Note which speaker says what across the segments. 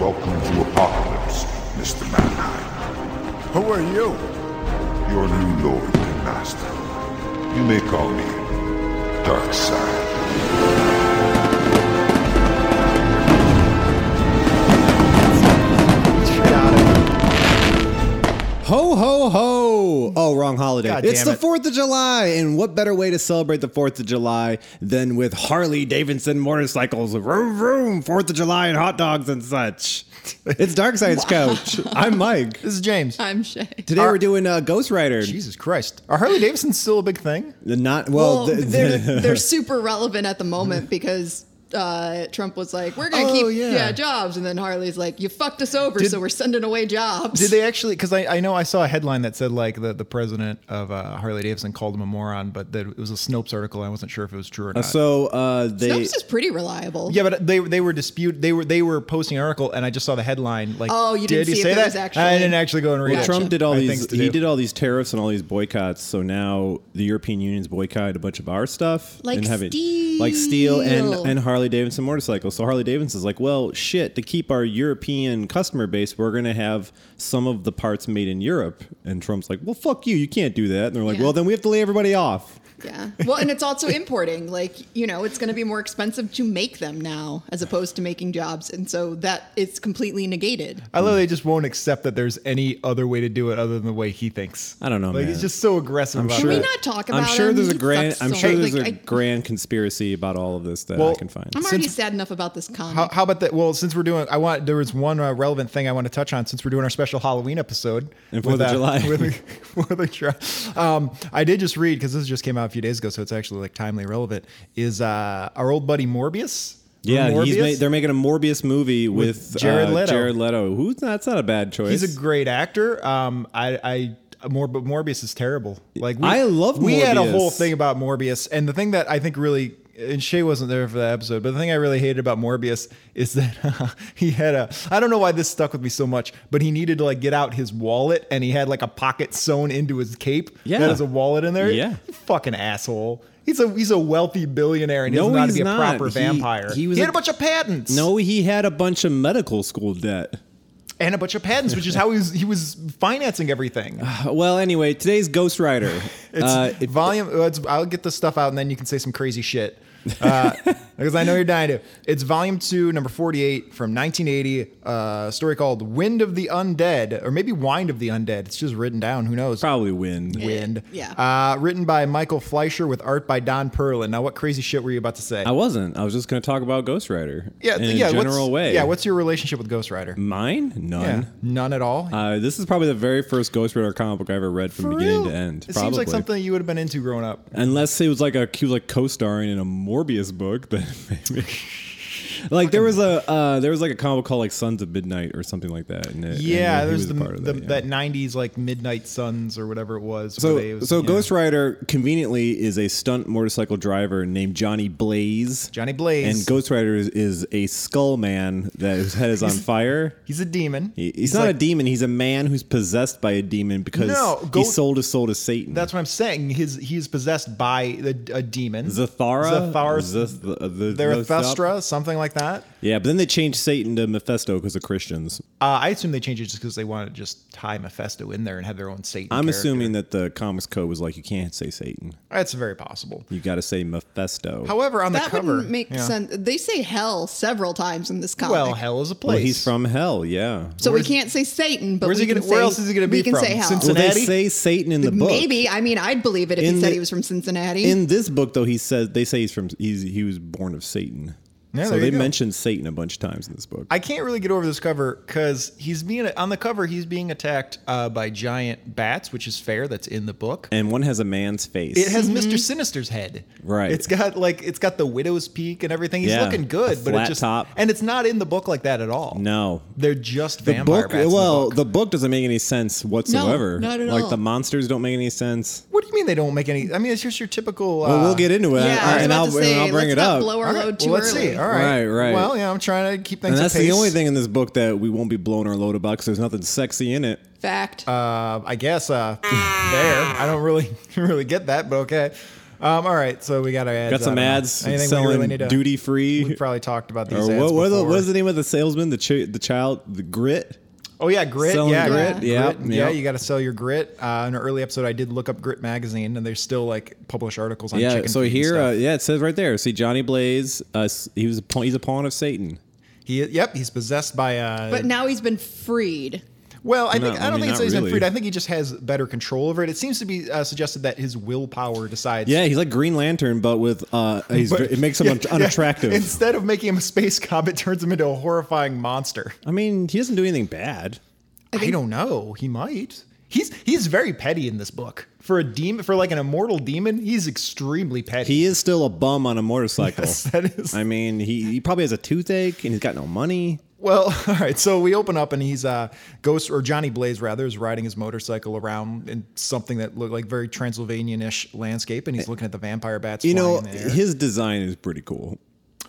Speaker 1: Welcome to Apocalypse, Mr. Mannheim.
Speaker 2: Who are you?
Speaker 1: Your new lord and master. You may call me Darkseid.
Speaker 3: Ho ho ho! Oh, wrong holiday. God it's the Fourth it. of July, and what better way to celebrate the Fourth of July than with Harley Davidson motorcycles, vroom vroom, Fourth of July and hot dogs and such. It's Dark Side's Couch. I'm Mike.
Speaker 4: This is James.
Speaker 5: I'm Shay.
Speaker 3: Today Our, we're doing uh, Ghost Rider.
Speaker 4: Jesus Christ, are Harley Davidson's still a big thing?
Speaker 3: Not well. well
Speaker 5: the, they're they're super relevant at the moment because uh, Trump was like, "We're gonna oh, keep yeah. yeah. jobs," and then Harley's like, "You fucked us over, did, so we're sending away jobs."
Speaker 4: Did they actually? Because I, I know I saw a headline that said like the, the president of uh, Harley Davidson called him a moron, but that it was a Snopes article. I wasn't sure if it was true or not. Uh,
Speaker 3: so they,
Speaker 5: Snopes is pretty reliable.
Speaker 4: Yeah, but they they were dispute they were they were posting an article, and I just saw the headline like,
Speaker 5: "Oh, you didn't did see
Speaker 4: say that?"
Speaker 5: Actually,
Speaker 4: I didn't actually go and read.
Speaker 3: Well,
Speaker 4: it.
Speaker 3: Trump did all I these he did all these tariffs and all these boycotts, so now the European Union's boycotted a bunch of our stuff,
Speaker 5: like
Speaker 3: and
Speaker 5: having, steel,
Speaker 3: like steel and and Harley. Harley Davidson motorcycles. So Harley Davidson's like, well, shit, to keep our European customer base, we're going to have some of the parts made in Europe. And Trump's like, well, fuck you. You can't do that. And they're like, yeah. well, then we have to lay everybody off.
Speaker 5: Yeah. Well, and it's also importing. Like, you know, it's going to be more expensive to make them now as opposed to making jobs. And so that it's completely negated.
Speaker 4: I love they just won't accept that there's any other way to do it other than the way he thinks.
Speaker 3: I don't know.
Speaker 4: Like,
Speaker 3: man.
Speaker 4: he's just so aggressive
Speaker 5: I'm
Speaker 4: about
Speaker 5: sure,
Speaker 4: it.
Speaker 5: Can we not talk about
Speaker 3: I'm sure
Speaker 5: him?
Speaker 3: there's
Speaker 5: he
Speaker 3: a grand I'm
Speaker 5: so
Speaker 3: sure
Speaker 5: hard.
Speaker 3: there's
Speaker 5: like,
Speaker 3: a
Speaker 5: I,
Speaker 3: grand conspiracy about all of this that
Speaker 4: Well,
Speaker 3: I can find.
Speaker 5: I'm already sad enough about this comic.
Speaker 4: How, how about that? Well, since we're doing, I want there was one uh, relevant thing I want to touch on since we're doing our special Halloween episode
Speaker 3: And Fourth
Speaker 4: with,
Speaker 3: of
Speaker 4: uh,
Speaker 3: July.
Speaker 4: With, with a tr- um, I did just read because this just came out a few days ago, so it's actually like timely relevant. Is uh, our old buddy Morbius?
Speaker 3: yeah,
Speaker 4: Morbius?
Speaker 3: he's made, they're making a Morbius movie with,
Speaker 4: Jared
Speaker 3: uh,
Speaker 4: Leto.
Speaker 3: Jared Leto. Who's that's not a bad choice.
Speaker 4: he's a great actor. Um, I. I more, but Morbius is terrible. Like we,
Speaker 3: I love
Speaker 4: We had a
Speaker 3: Morbius.
Speaker 4: whole thing about Morbius, and the thing that I think really and Shay wasn't there for that episode, but the thing I really hated about Morbius is that he had a I don't know why this stuck with me so much, but he needed to like get out his wallet and he had like a pocket sewn into his cape.
Speaker 3: Yeah.
Speaker 4: that has a wallet in there.
Speaker 3: Yeah.
Speaker 4: You fucking asshole. He's a he's a wealthy billionaire and he
Speaker 3: No,
Speaker 4: doesn't know how to
Speaker 3: he's
Speaker 4: be
Speaker 3: not.
Speaker 4: a proper
Speaker 3: He-
Speaker 4: vampire.
Speaker 3: he was
Speaker 4: had a
Speaker 3: a-
Speaker 4: bunch of patents.
Speaker 3: no, he had a bunch of medical school debt.
Speaker 4: and a bunch of patents, which is how he was he was financing everything.
Speaker 3: Well, anyway, today's Ghost Rider.
Speaker 4: It's
Speaker 3: Uh, it-
Speaker 4: volume. uh, It's, I'll get this stuff out, and then you can say some crazy shit uh, because I know you're dying to. It's volume two, number forty-eight from 1980. Uh, a story called "Wind of the Undead" or maybe "Wind of the Undead." It's just written down. Who knows?
Speaker 3: probably win.
Speaker 4: Wind.
Speaker 5: Yeah.
Speaker 4: Uh, written by Michael Fleischer with art by Don Perlin. Now, what crazy shit were you about to say?
Speaker 3: I wasn't. I was just going to talk about Ghost Rider.
Speaker 4: yeah,
Speaker 3: in
Speaker 4: yeah.
Speaker 3: a general
Speaker 4: what's,
Speaker 3: way.
Speaker 4: Yeah. What's your relationship with Ghost Rider?
Speaker 3: mine? None.
Speaker 4: Yeah. None at all.
Speaker 3: Uh, this is probably the very first Ghost Rider comic book I ever read from
Speaker 4: For
Speaker 3: beginning
Speaker 4: real?
Speaker 3: to end.
Speaker 4: It
Speaker 3: probably.
Speaker 4: seems like something you would have been into growing up.
Speaker 3: Unless it was like a he was like co-starring in a Morbius book, then maybe. like there was a uh, there was like a comic book called like Sons of Midnight or something like that. And it,
Speaker 4: Yeah,
Speaker 3: and he
Speaker 4: there's
Speaker 3: was
Speaker 4: the,
Speaker 3: a part of
Speaker 4: the-
Speaker 3: that. yeah.
Speaker 4: that '90s like Midnight Suns or whatever it was.
Speaker 3: So,
Speaker 4: where they- it was-
Speaker 3: so
Speaker 4: yeah.
Speaker 3: Ghost Rider conveniently is a stunt motorcycle driver named Johnny Blaze.
Speaker 4: Johnny Blaze.
Speaker 3: And Ghost Rider is, is a skull man that his head is on fire.
Speaker 4: He's a demon.
Speaker 3: He- He's, not
Speaker 4: like-
Speaker 3: a demon. He's a man who's possessed by a demon because
Speaker 4: No,
Speaker 3: he
Speaker 4: Go-
Speaker 3: sold his soul to Satan.
Speaker 4: That's what I'm saying. His he's possessed by a, a demon.
Speaker 3: Zathara.
Speaker 4: Zathar-
Speaker 3: Zath- the, the- the stuff.
Speaker 4: Zarathustra, something like that.
Speaker 3: Yeah, but then they changed Satan to Mephisto because of Christians.
Speaker 4: Uh, I assume they changed it just because they wanted to just tie Mephisto in there and have their own Satan.
Speaker 3: I'm
Speaker 4: character.
Speaker 3: assuming that the comics code was like you can't say Satan.
Speaker 4: that's very possible.
Speaker 3: You got to say Mephisto.
Speaker 4: However, on
Speaker 5: that
Speaker 4: the cover,
Speaker 5: wouldn't make
Speaker 4: yeah.
Speaker 5: sense. They say hell several times in this comic.
Speaker 4: Well, hell is a place.
Speaker 3: well, he's from hell. Yeah.
Speaker 5: So we can't say Satan, but
Speaker 4: where's he
Speaker 5: we can
Speaker 4: gonna- where
Speaker 5: say-
Speaker 4: else is he gonna be
Speaker 5: we can
Speaker 4: from?
Speaker 5: Say hell.
Speaker 4: Cincinnati?
Speaker 3: Well, they say Satan in the book.
Speaker 5: Maybe. I mean, I'd believe it if
Speaker 3: In
Speaker 5: he said
Speaker 3: the-
Speaker 5: he was from Cincinnati.
Speaker 3: In this book, though, he says they say he's from he's he was born of Satan.
Speaker 4: Yeah,
Speaker 3: so
Speaker 4: there you
Speaker 3: they
Speaker 4: go.
Speaker 3: mentioned Satan a bunch of times in this book.
Speaker 4: I can't really get over this cover because he's being on the cover. He's being attacked uh, by giant bats, which is fair. That's in the book.
Speaker 3: and one has a man's face.
Speaker 4: It has
Speaker 5: Mm-hmm.
Speaker 4: Mr. Sinister's head.
Speaker 3: Right.
Speaker 4: It's got like it's got the widow's peak and everything. He's
Speaker 3: Yeah.
Speaker 4: looking good,
Speaker 3: A
Speaker 4: but
Speaker 3: flat
Speaker 4: it just
Speaker 3: top.
Speaker 4: and it's not in the book like that at all.
Speaker 3: no.
Speaker 4: They're just
Speaker 3: The
Speaker 4: vampire
Speaker 3: book,
Speaker 4: bats. in
Speaker 3: well,
Speaker 4: the book.
Speaker 3: the book doesn't make any sense whatsoever.
Speaker 5: not at
Speaker 3: like
Speaker 5: all.
Speaker 3: the monsters don't make any sense.
Speaker 4: what do you mean they don't make any? I mean, it's just your typical. Uh,
Speaker 3: Well, we'll get into it,
Speaker 5: yeah, I was
Speaker 3: and,
Speaker 5: about
Speaker 3: I'll,
Speaker 5: to say,
Speaker 3: and I'll bring
Speaker 5: let's
Speaker 3: it
Speaker 5: not
Speaker 3: up.
Speaker 5: Blow our
Speaker 4: All right,
Speaker 5: load
Speaker 4: well,
Speaker 5: too
Speaker 4: let's
Speaker 5: early.
Speaker 4: see. All right,
Speaker 3: Right, right.
Speaker 4: Well, yeah, I'm trying to keep things.
Speaker 3: And that's the
Speaker 4: apace.
Speaker 3: only thing in this book that we won't be blowing our load about because there's nothing sexy in it.
Speaker 5: Fact.
Speaker 4: Uh, I guess uh, there. I don't really really get that, but okay. Um, all right, so we got our ads.
Speaker 3: Got some
Speaker 4: I don't know.
Speaker 3: ads
Speaker 4: Anything we
Speaker 3: selling
Speaker 4: really need to-
Speaker 3: duty
Speaker 4: We
Speaker 3: free.
Speaker 4: probably talked about these.
Speaker 3: Or
Speaker 4: ads
Speaker 3: what, what, are the,
Speaker 4: before.
Speaker 3: what is the name of the salesman? The ch- the child, the grit.
Speaker 4: Oh yeah, grit.
Speaker 3: Selling
Speaker 4: yeah,
Speaker 5: grit,
Speaker 3: yeah,
Speaker 4: Grit, yeah.
Speaker 3: yeah.
Speaker 4: You got to sell your grit. Uh, in an early episode, I did look up Grit magazine, and they still like publish articles on
Speaker 3: Yeah.
Speaker 4: chicken.
Speaker 3: So
Speaker 4: feed and
Speaker 3: here,
Speaker 4: stuff.
Speaker 3: uh, yeah, it says right there. See, Johnny Blaze. Uh, s- he was a pawn, he's a pawn of Satan.
Speaker 4: he yep, he's possessed by. Uh,
Speaker 5: But now he's been freed.
Speaker 4: well, I
Speaker 3: No,
Speaker 4: think I
Speaker 3: I
Speaker 4: don't think
Speaker 3: mean,
Speaker 4: it's
Speaker 3: not
Speaker 4: that he's been
Speaker 3: really.
Speaker 4: freed. I think he just has better control over it. It seems to be uh, suggested that his willpower decides.
Speaker 3: Yeah, he's like Green Lantern, but with uh, he's,
Speaker 4: But-
Speaker 3: it makes him
Speaker 4: yeah,
Speaker 3: un-
Speaker 4: yeah.
Speaker 3: unattractive.
Speaker 4: Instead of making him a space cop, it turns him into a horrifying monster.
Speaker 3: I mean, he doesn't do anything bad.
Speaker 4: I, don't know. He might. He's he's very petty in this book. For a demon, for like an immortal demon, he's extremely petty.
Speaker 3: He is still a bum on a motorcycle.
Speaker 4: Yes, that is.
Speaker 3: I mean, he, he probably has a toothache and he's got no money.
Speaker 4: well, all right. So we open up and he's uh ghost or Johnny Blaze rather is riding his motorcycle around in something that looked like very Transylvanian-ish landscape, and he's looking at the vampire bats.
Speaker 3: You know,
Speaker 4: flying in the air.
Speaker 3: his design is pretty cool.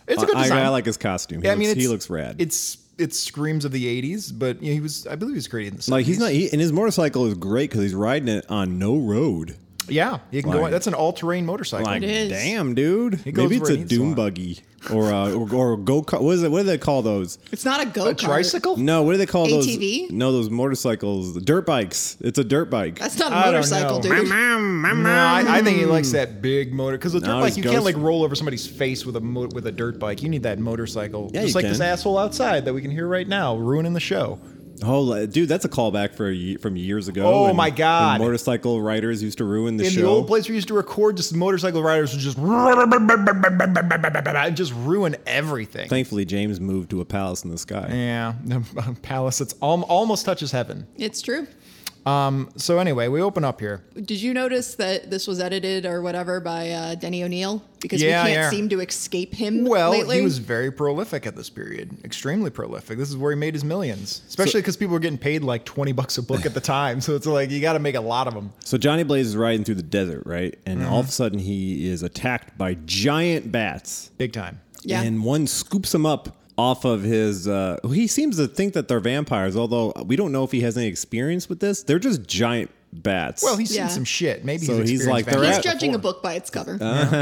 Speaker 4: it's a good
Speaker 3: I-
Speaker 4: design.
Speaker 3: I, I like his costume. He,
Speaker 4: Yeah, I
Speaker 3: looks,
Speaker 4: mean,
Speaker 3: he
Speaker 4: it's-
Speaker 3: looks rad.
Speaker 4: It's it screams of the '80s, but you know, he was I believe he was created in the
Speaker 3: like he's
Speaker 4: 70s.
Speaker 3: not, he, and his motorcycle is great because he's riding it on no road.
Speaker 4: Yeah, you can go.
Speaker 3: Like-
Speaker 4: That's an all-terrain motorcycle.
Speaker 3: Like,
Speaker 5: It is.
Speaker 3: damn, dude.
Speaker 4: goes
Speaker 3: Maybe
Speaker 4: where it
Speaker 3: it's a
Speaker 4: needs to
Speaker 3: doom
Speaker 4: go.
Speaker 3: buggy or uh, or, or go kart. What is it? What do they call those?
Speaker 5: It's not a go
Speaker 4: a
Speaker 5: kart.
Speaker 4: tricycle?
Speaker 3: No, what do they call those?
Speaker 5: ATV?
Speaker 3: No, those motorcycles, the dirt bikes. It's a dirt bike.
Speaker 5: That's not a
Speaker 4: I don't
Speaker 5: motorcycle,
Speaker 4: know.
Speaker 5: dude.
Speaker 4: No, I, I think he likes that big motor because with
Speaker 3: No,
Speaker 4: dirt bike
Speaker 3: Mm. he's
Speaker 4: you can't
Speaker 3: ghost-
Speaker 4: like roll over somebody's face with a mo- with a dirt bike. You need that motorcycle.
Speaker 3: Yeah,
Speaker 4: just
Speaker 3: you
Speaker 4: like this
Speaker 3: can.
Speaker 4: asshole outside that we can hear right now ruining the show.
Speaker 3: Oh, li- dude, that's a callback for ye- from years ago.
Speaker 4: Oh,
Speaker 3: when-
Speaker 4: my God.
Speaker 3: when motorcycle riders used to ruin the
Speaker 4: In
Speaker 3: show.
Speaker 4: the old place we used to record, just motorcycle riders would just and just ruin everything.
Speaker 3: Thankfully, James moved to a palace in the sky.
Speaker 4: yeah, palace. It's al- almost touches heaven.
Speaker 5: It's true.
Speaker 4: So anyway, we open up here.
Speaker 5: Did you notice that this was edited or whatever by uh, Denny O'Neil? Because
Speaker 4: Yeah,
Speaker 5: we can't
Speaker 4: yeah.
Speaker 5: seem to escape him
Speaker 4: Well,
Speaker 5: lately.
Speaker 4: he was very prolific at this period, extremely prolific. This is where he made his millions, especially because people were getting paid like twenty bucks a book at the time. So it's like you got to make a lot of them.
Speaker 3: So Johnny Blaze is riding through the desert, right? And
Speaker 4: Mm-hmm.
Speaker 3: all of a sudden, he is attacked by giant bats,
Speaker 4: big time.
Speaker 5: yeah.
Speaker 3: and one scoops him up off of his. Uh, he seems to think that they're vampires, although we don't know if he has any experience with this. They're just giant bats.
Speaker 4: Well, he's
Speaker 5: Yeah.
Speaker 4: seen some shit. Maybe
Speaker 3: So
Speaker 4: he's,
Speaker 3: he's
Speaker 4: experienced
Speaker 3: like,
Speaker 4: vampires
Speaker 3: they're
Speaker 5: He's
Speaker 3: at-
Speaker 5: judging a
Speaker 4: before. Uh,
Speaker 5: book by its cover.
Speaker 4: but he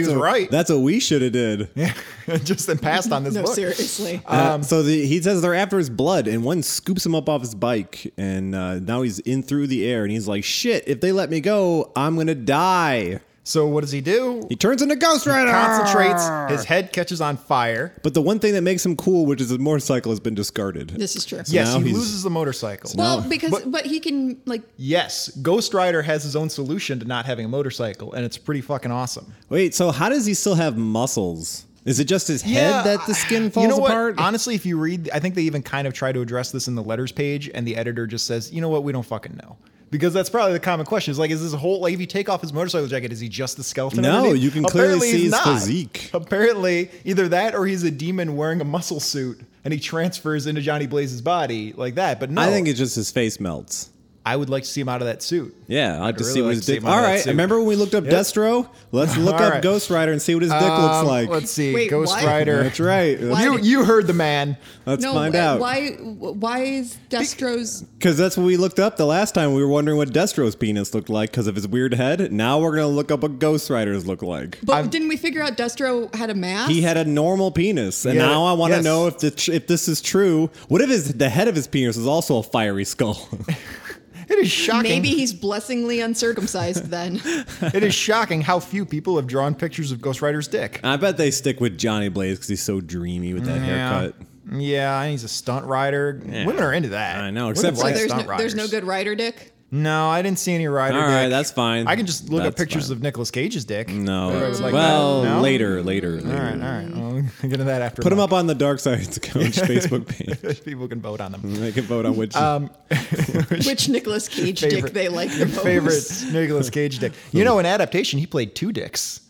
Speaker 4: was
Speaker 3: Uh, So
Speaker 4: right.
Speaker 3: That's what we should have did.
Speaker 4: Just then passed on this
Speaker 5: no,
Speaker 4: book.
Speaker 5: seriously.
Speaker 3: Uh,
Speaker 4: Um,
Speaker 3: so the, he says they're after his blood, and one scoops him up off his bike, and uh, now he's in through the air, and he's like, "Shit! If they let me go, I'm gonna die."
Speaker 4: So what does he do?
Speaker 3: He turns into Ghost Rider.
Speaker 4: Concentrates. His head catches on fire.
Speaker 3: But the one thing that makes him cool, which is his motorcycle, has been discarded.
Speaker 5: this is true.
Speaker 4: Yes,
Speaker 3: now
Speaker 4: he
Speaker 3: he's-
Speaker 4: loses the motorcycle.
Speaker 5: well, because
Speaker 4: But-
Speaker 5: but, he can like
Speaker 4: yes, Ghost Rider has his own solution to not having a motorcycle, and it's pretty fucking awesome.
Speaker 3: Wait, so how does he still have muscles? Is it just his head that the skin falls
Speaker 4: you know what?
Speaker 3: apart?
Speaker 4: Honestly, if you read, I think they even kind of try to address this in the letters page, and the editor just says, you know what, we don't fucking know. Because that's probably the common question. Is like, is this whole like if you take off his motorcycle jacket, is he just the skeleton?
Speaker 3: No,
Speaker 4: underneath?
Speaker 3: you can clearly
Speaker 4: Apparently
Speaker 3: see
Speaker 4: he's
Speaker 3: his
Speaker 4: not.
Speaker 3: physique.
Speaker 4: Apparently, either that or he's a demon wearing a muscle suit and he transfers into Johnny Blaze's body like that. But no,
Speaker 3: I think it's just his face melts.
Speaker 4: I would like to see him out of that suit.
Speaker 3: Yeah, I'd like to
Speaker 4: really
Speaker 3: see what
Speaker 4: like
Speaker 3: his
Speaker 4: to see
Speaker 3: dick.
Speaker 4: him out
Speaker 3: All
Speaker 4: of that
Speaker 3: right,
Speaker 4: suit.
Speaker 3: remember when we looked up Destro? Let's look
Speaker 4: All
Speaker 3: up
Speaker 4: right.
Speaker 3: Ghost Rider and see what his dick
Speaker 4: Um,
Speaker 3: looks like.
Speaker 4: Let's see,
Speaker 5: Wait,
Speaker 4: Ghost
Speaker 5: what?
Speaker 4: Rider.
Speaker 3: That's right.
Speaker 5: Why
Speaker 4: You
Speaker 5: did-
Speaker 4: you heard the man.
Speaker 3: Let's
Speaker 5: no.
Speaker 3: find
Speaker 5: uh,
Speaker 3: out.
Speaker 5: Why? Why is Destro's?
Speaker 3: Because that's what we looked up the last time. We were wondering what Destro's penis looked like because of his weird head. Now we're gonna look up what Ghost Riders look like.
Speaker 5: But didn't we figure out Destro had a mask?
Speaker 3: He had a normal penis, and
Speaker 4: Yeah,
Speaker 3: now I want to
Speaker 4: yes.
Speaker 3: know if the tr- if this is true. What if his, the head of his penis is also a fiery skull?
Speaker 4: It is shocking.
Speaker 5: Maybe he's blessingly uncircumcised then.
Speaker 4: it is shocking how few people have drawn pictures of Ghost Rider's dick.
Speaker 3: I bet they stick with Johnny Blaze because he's so dreamy with
Speaker 4: Mm,
Speaker 3: that haircut.
Speaker 4: Yeah, and he's a stunt rider. Women are into that.
Speaker 3: I know,
Speaker 4: Women
Speaker 3: except-
Speaker 5: So
Speaker 4: like
Speaker 5: there's
Speaker 4: stunt
Speaker 5: no, there's no
Speaker 4: riders.
Speaker 5: good rider dick.
Speaker 4: No, I didn't see any rider.
Speaker 3: All right,
Speaker 4: dick.
Speaker 3: that's fine.
Speaker 4: I can just look at
Speaker 3: That's
Speaker 4: pictures
Speaker 3: fine.
Speaker 4: of Nicolas Cage's dick.
Speaker 3: No,
Speaker 4: Everybody was like
Speaker 3: well,
Speaker 4: that. No?
Speaker 3: later, later, later.
Speaker 4: All right, all right. I'll get into that after.
Speaker 3: Put him
Speaker 4: my-
Speaker 3: up on the Dark Side's Couch Facebook page.
Speaker 4: People can vote on them.
Speaker 3: They can vote on which.
Speaker 4: Um,
Speaker 5: Which Nicolas Cage dick
Speaker 4: Favorite-
Speaker 5: they like the most?
Speaker 4: Favorite Nicolas Cage dick. You know, in adaptation, he played two dicks.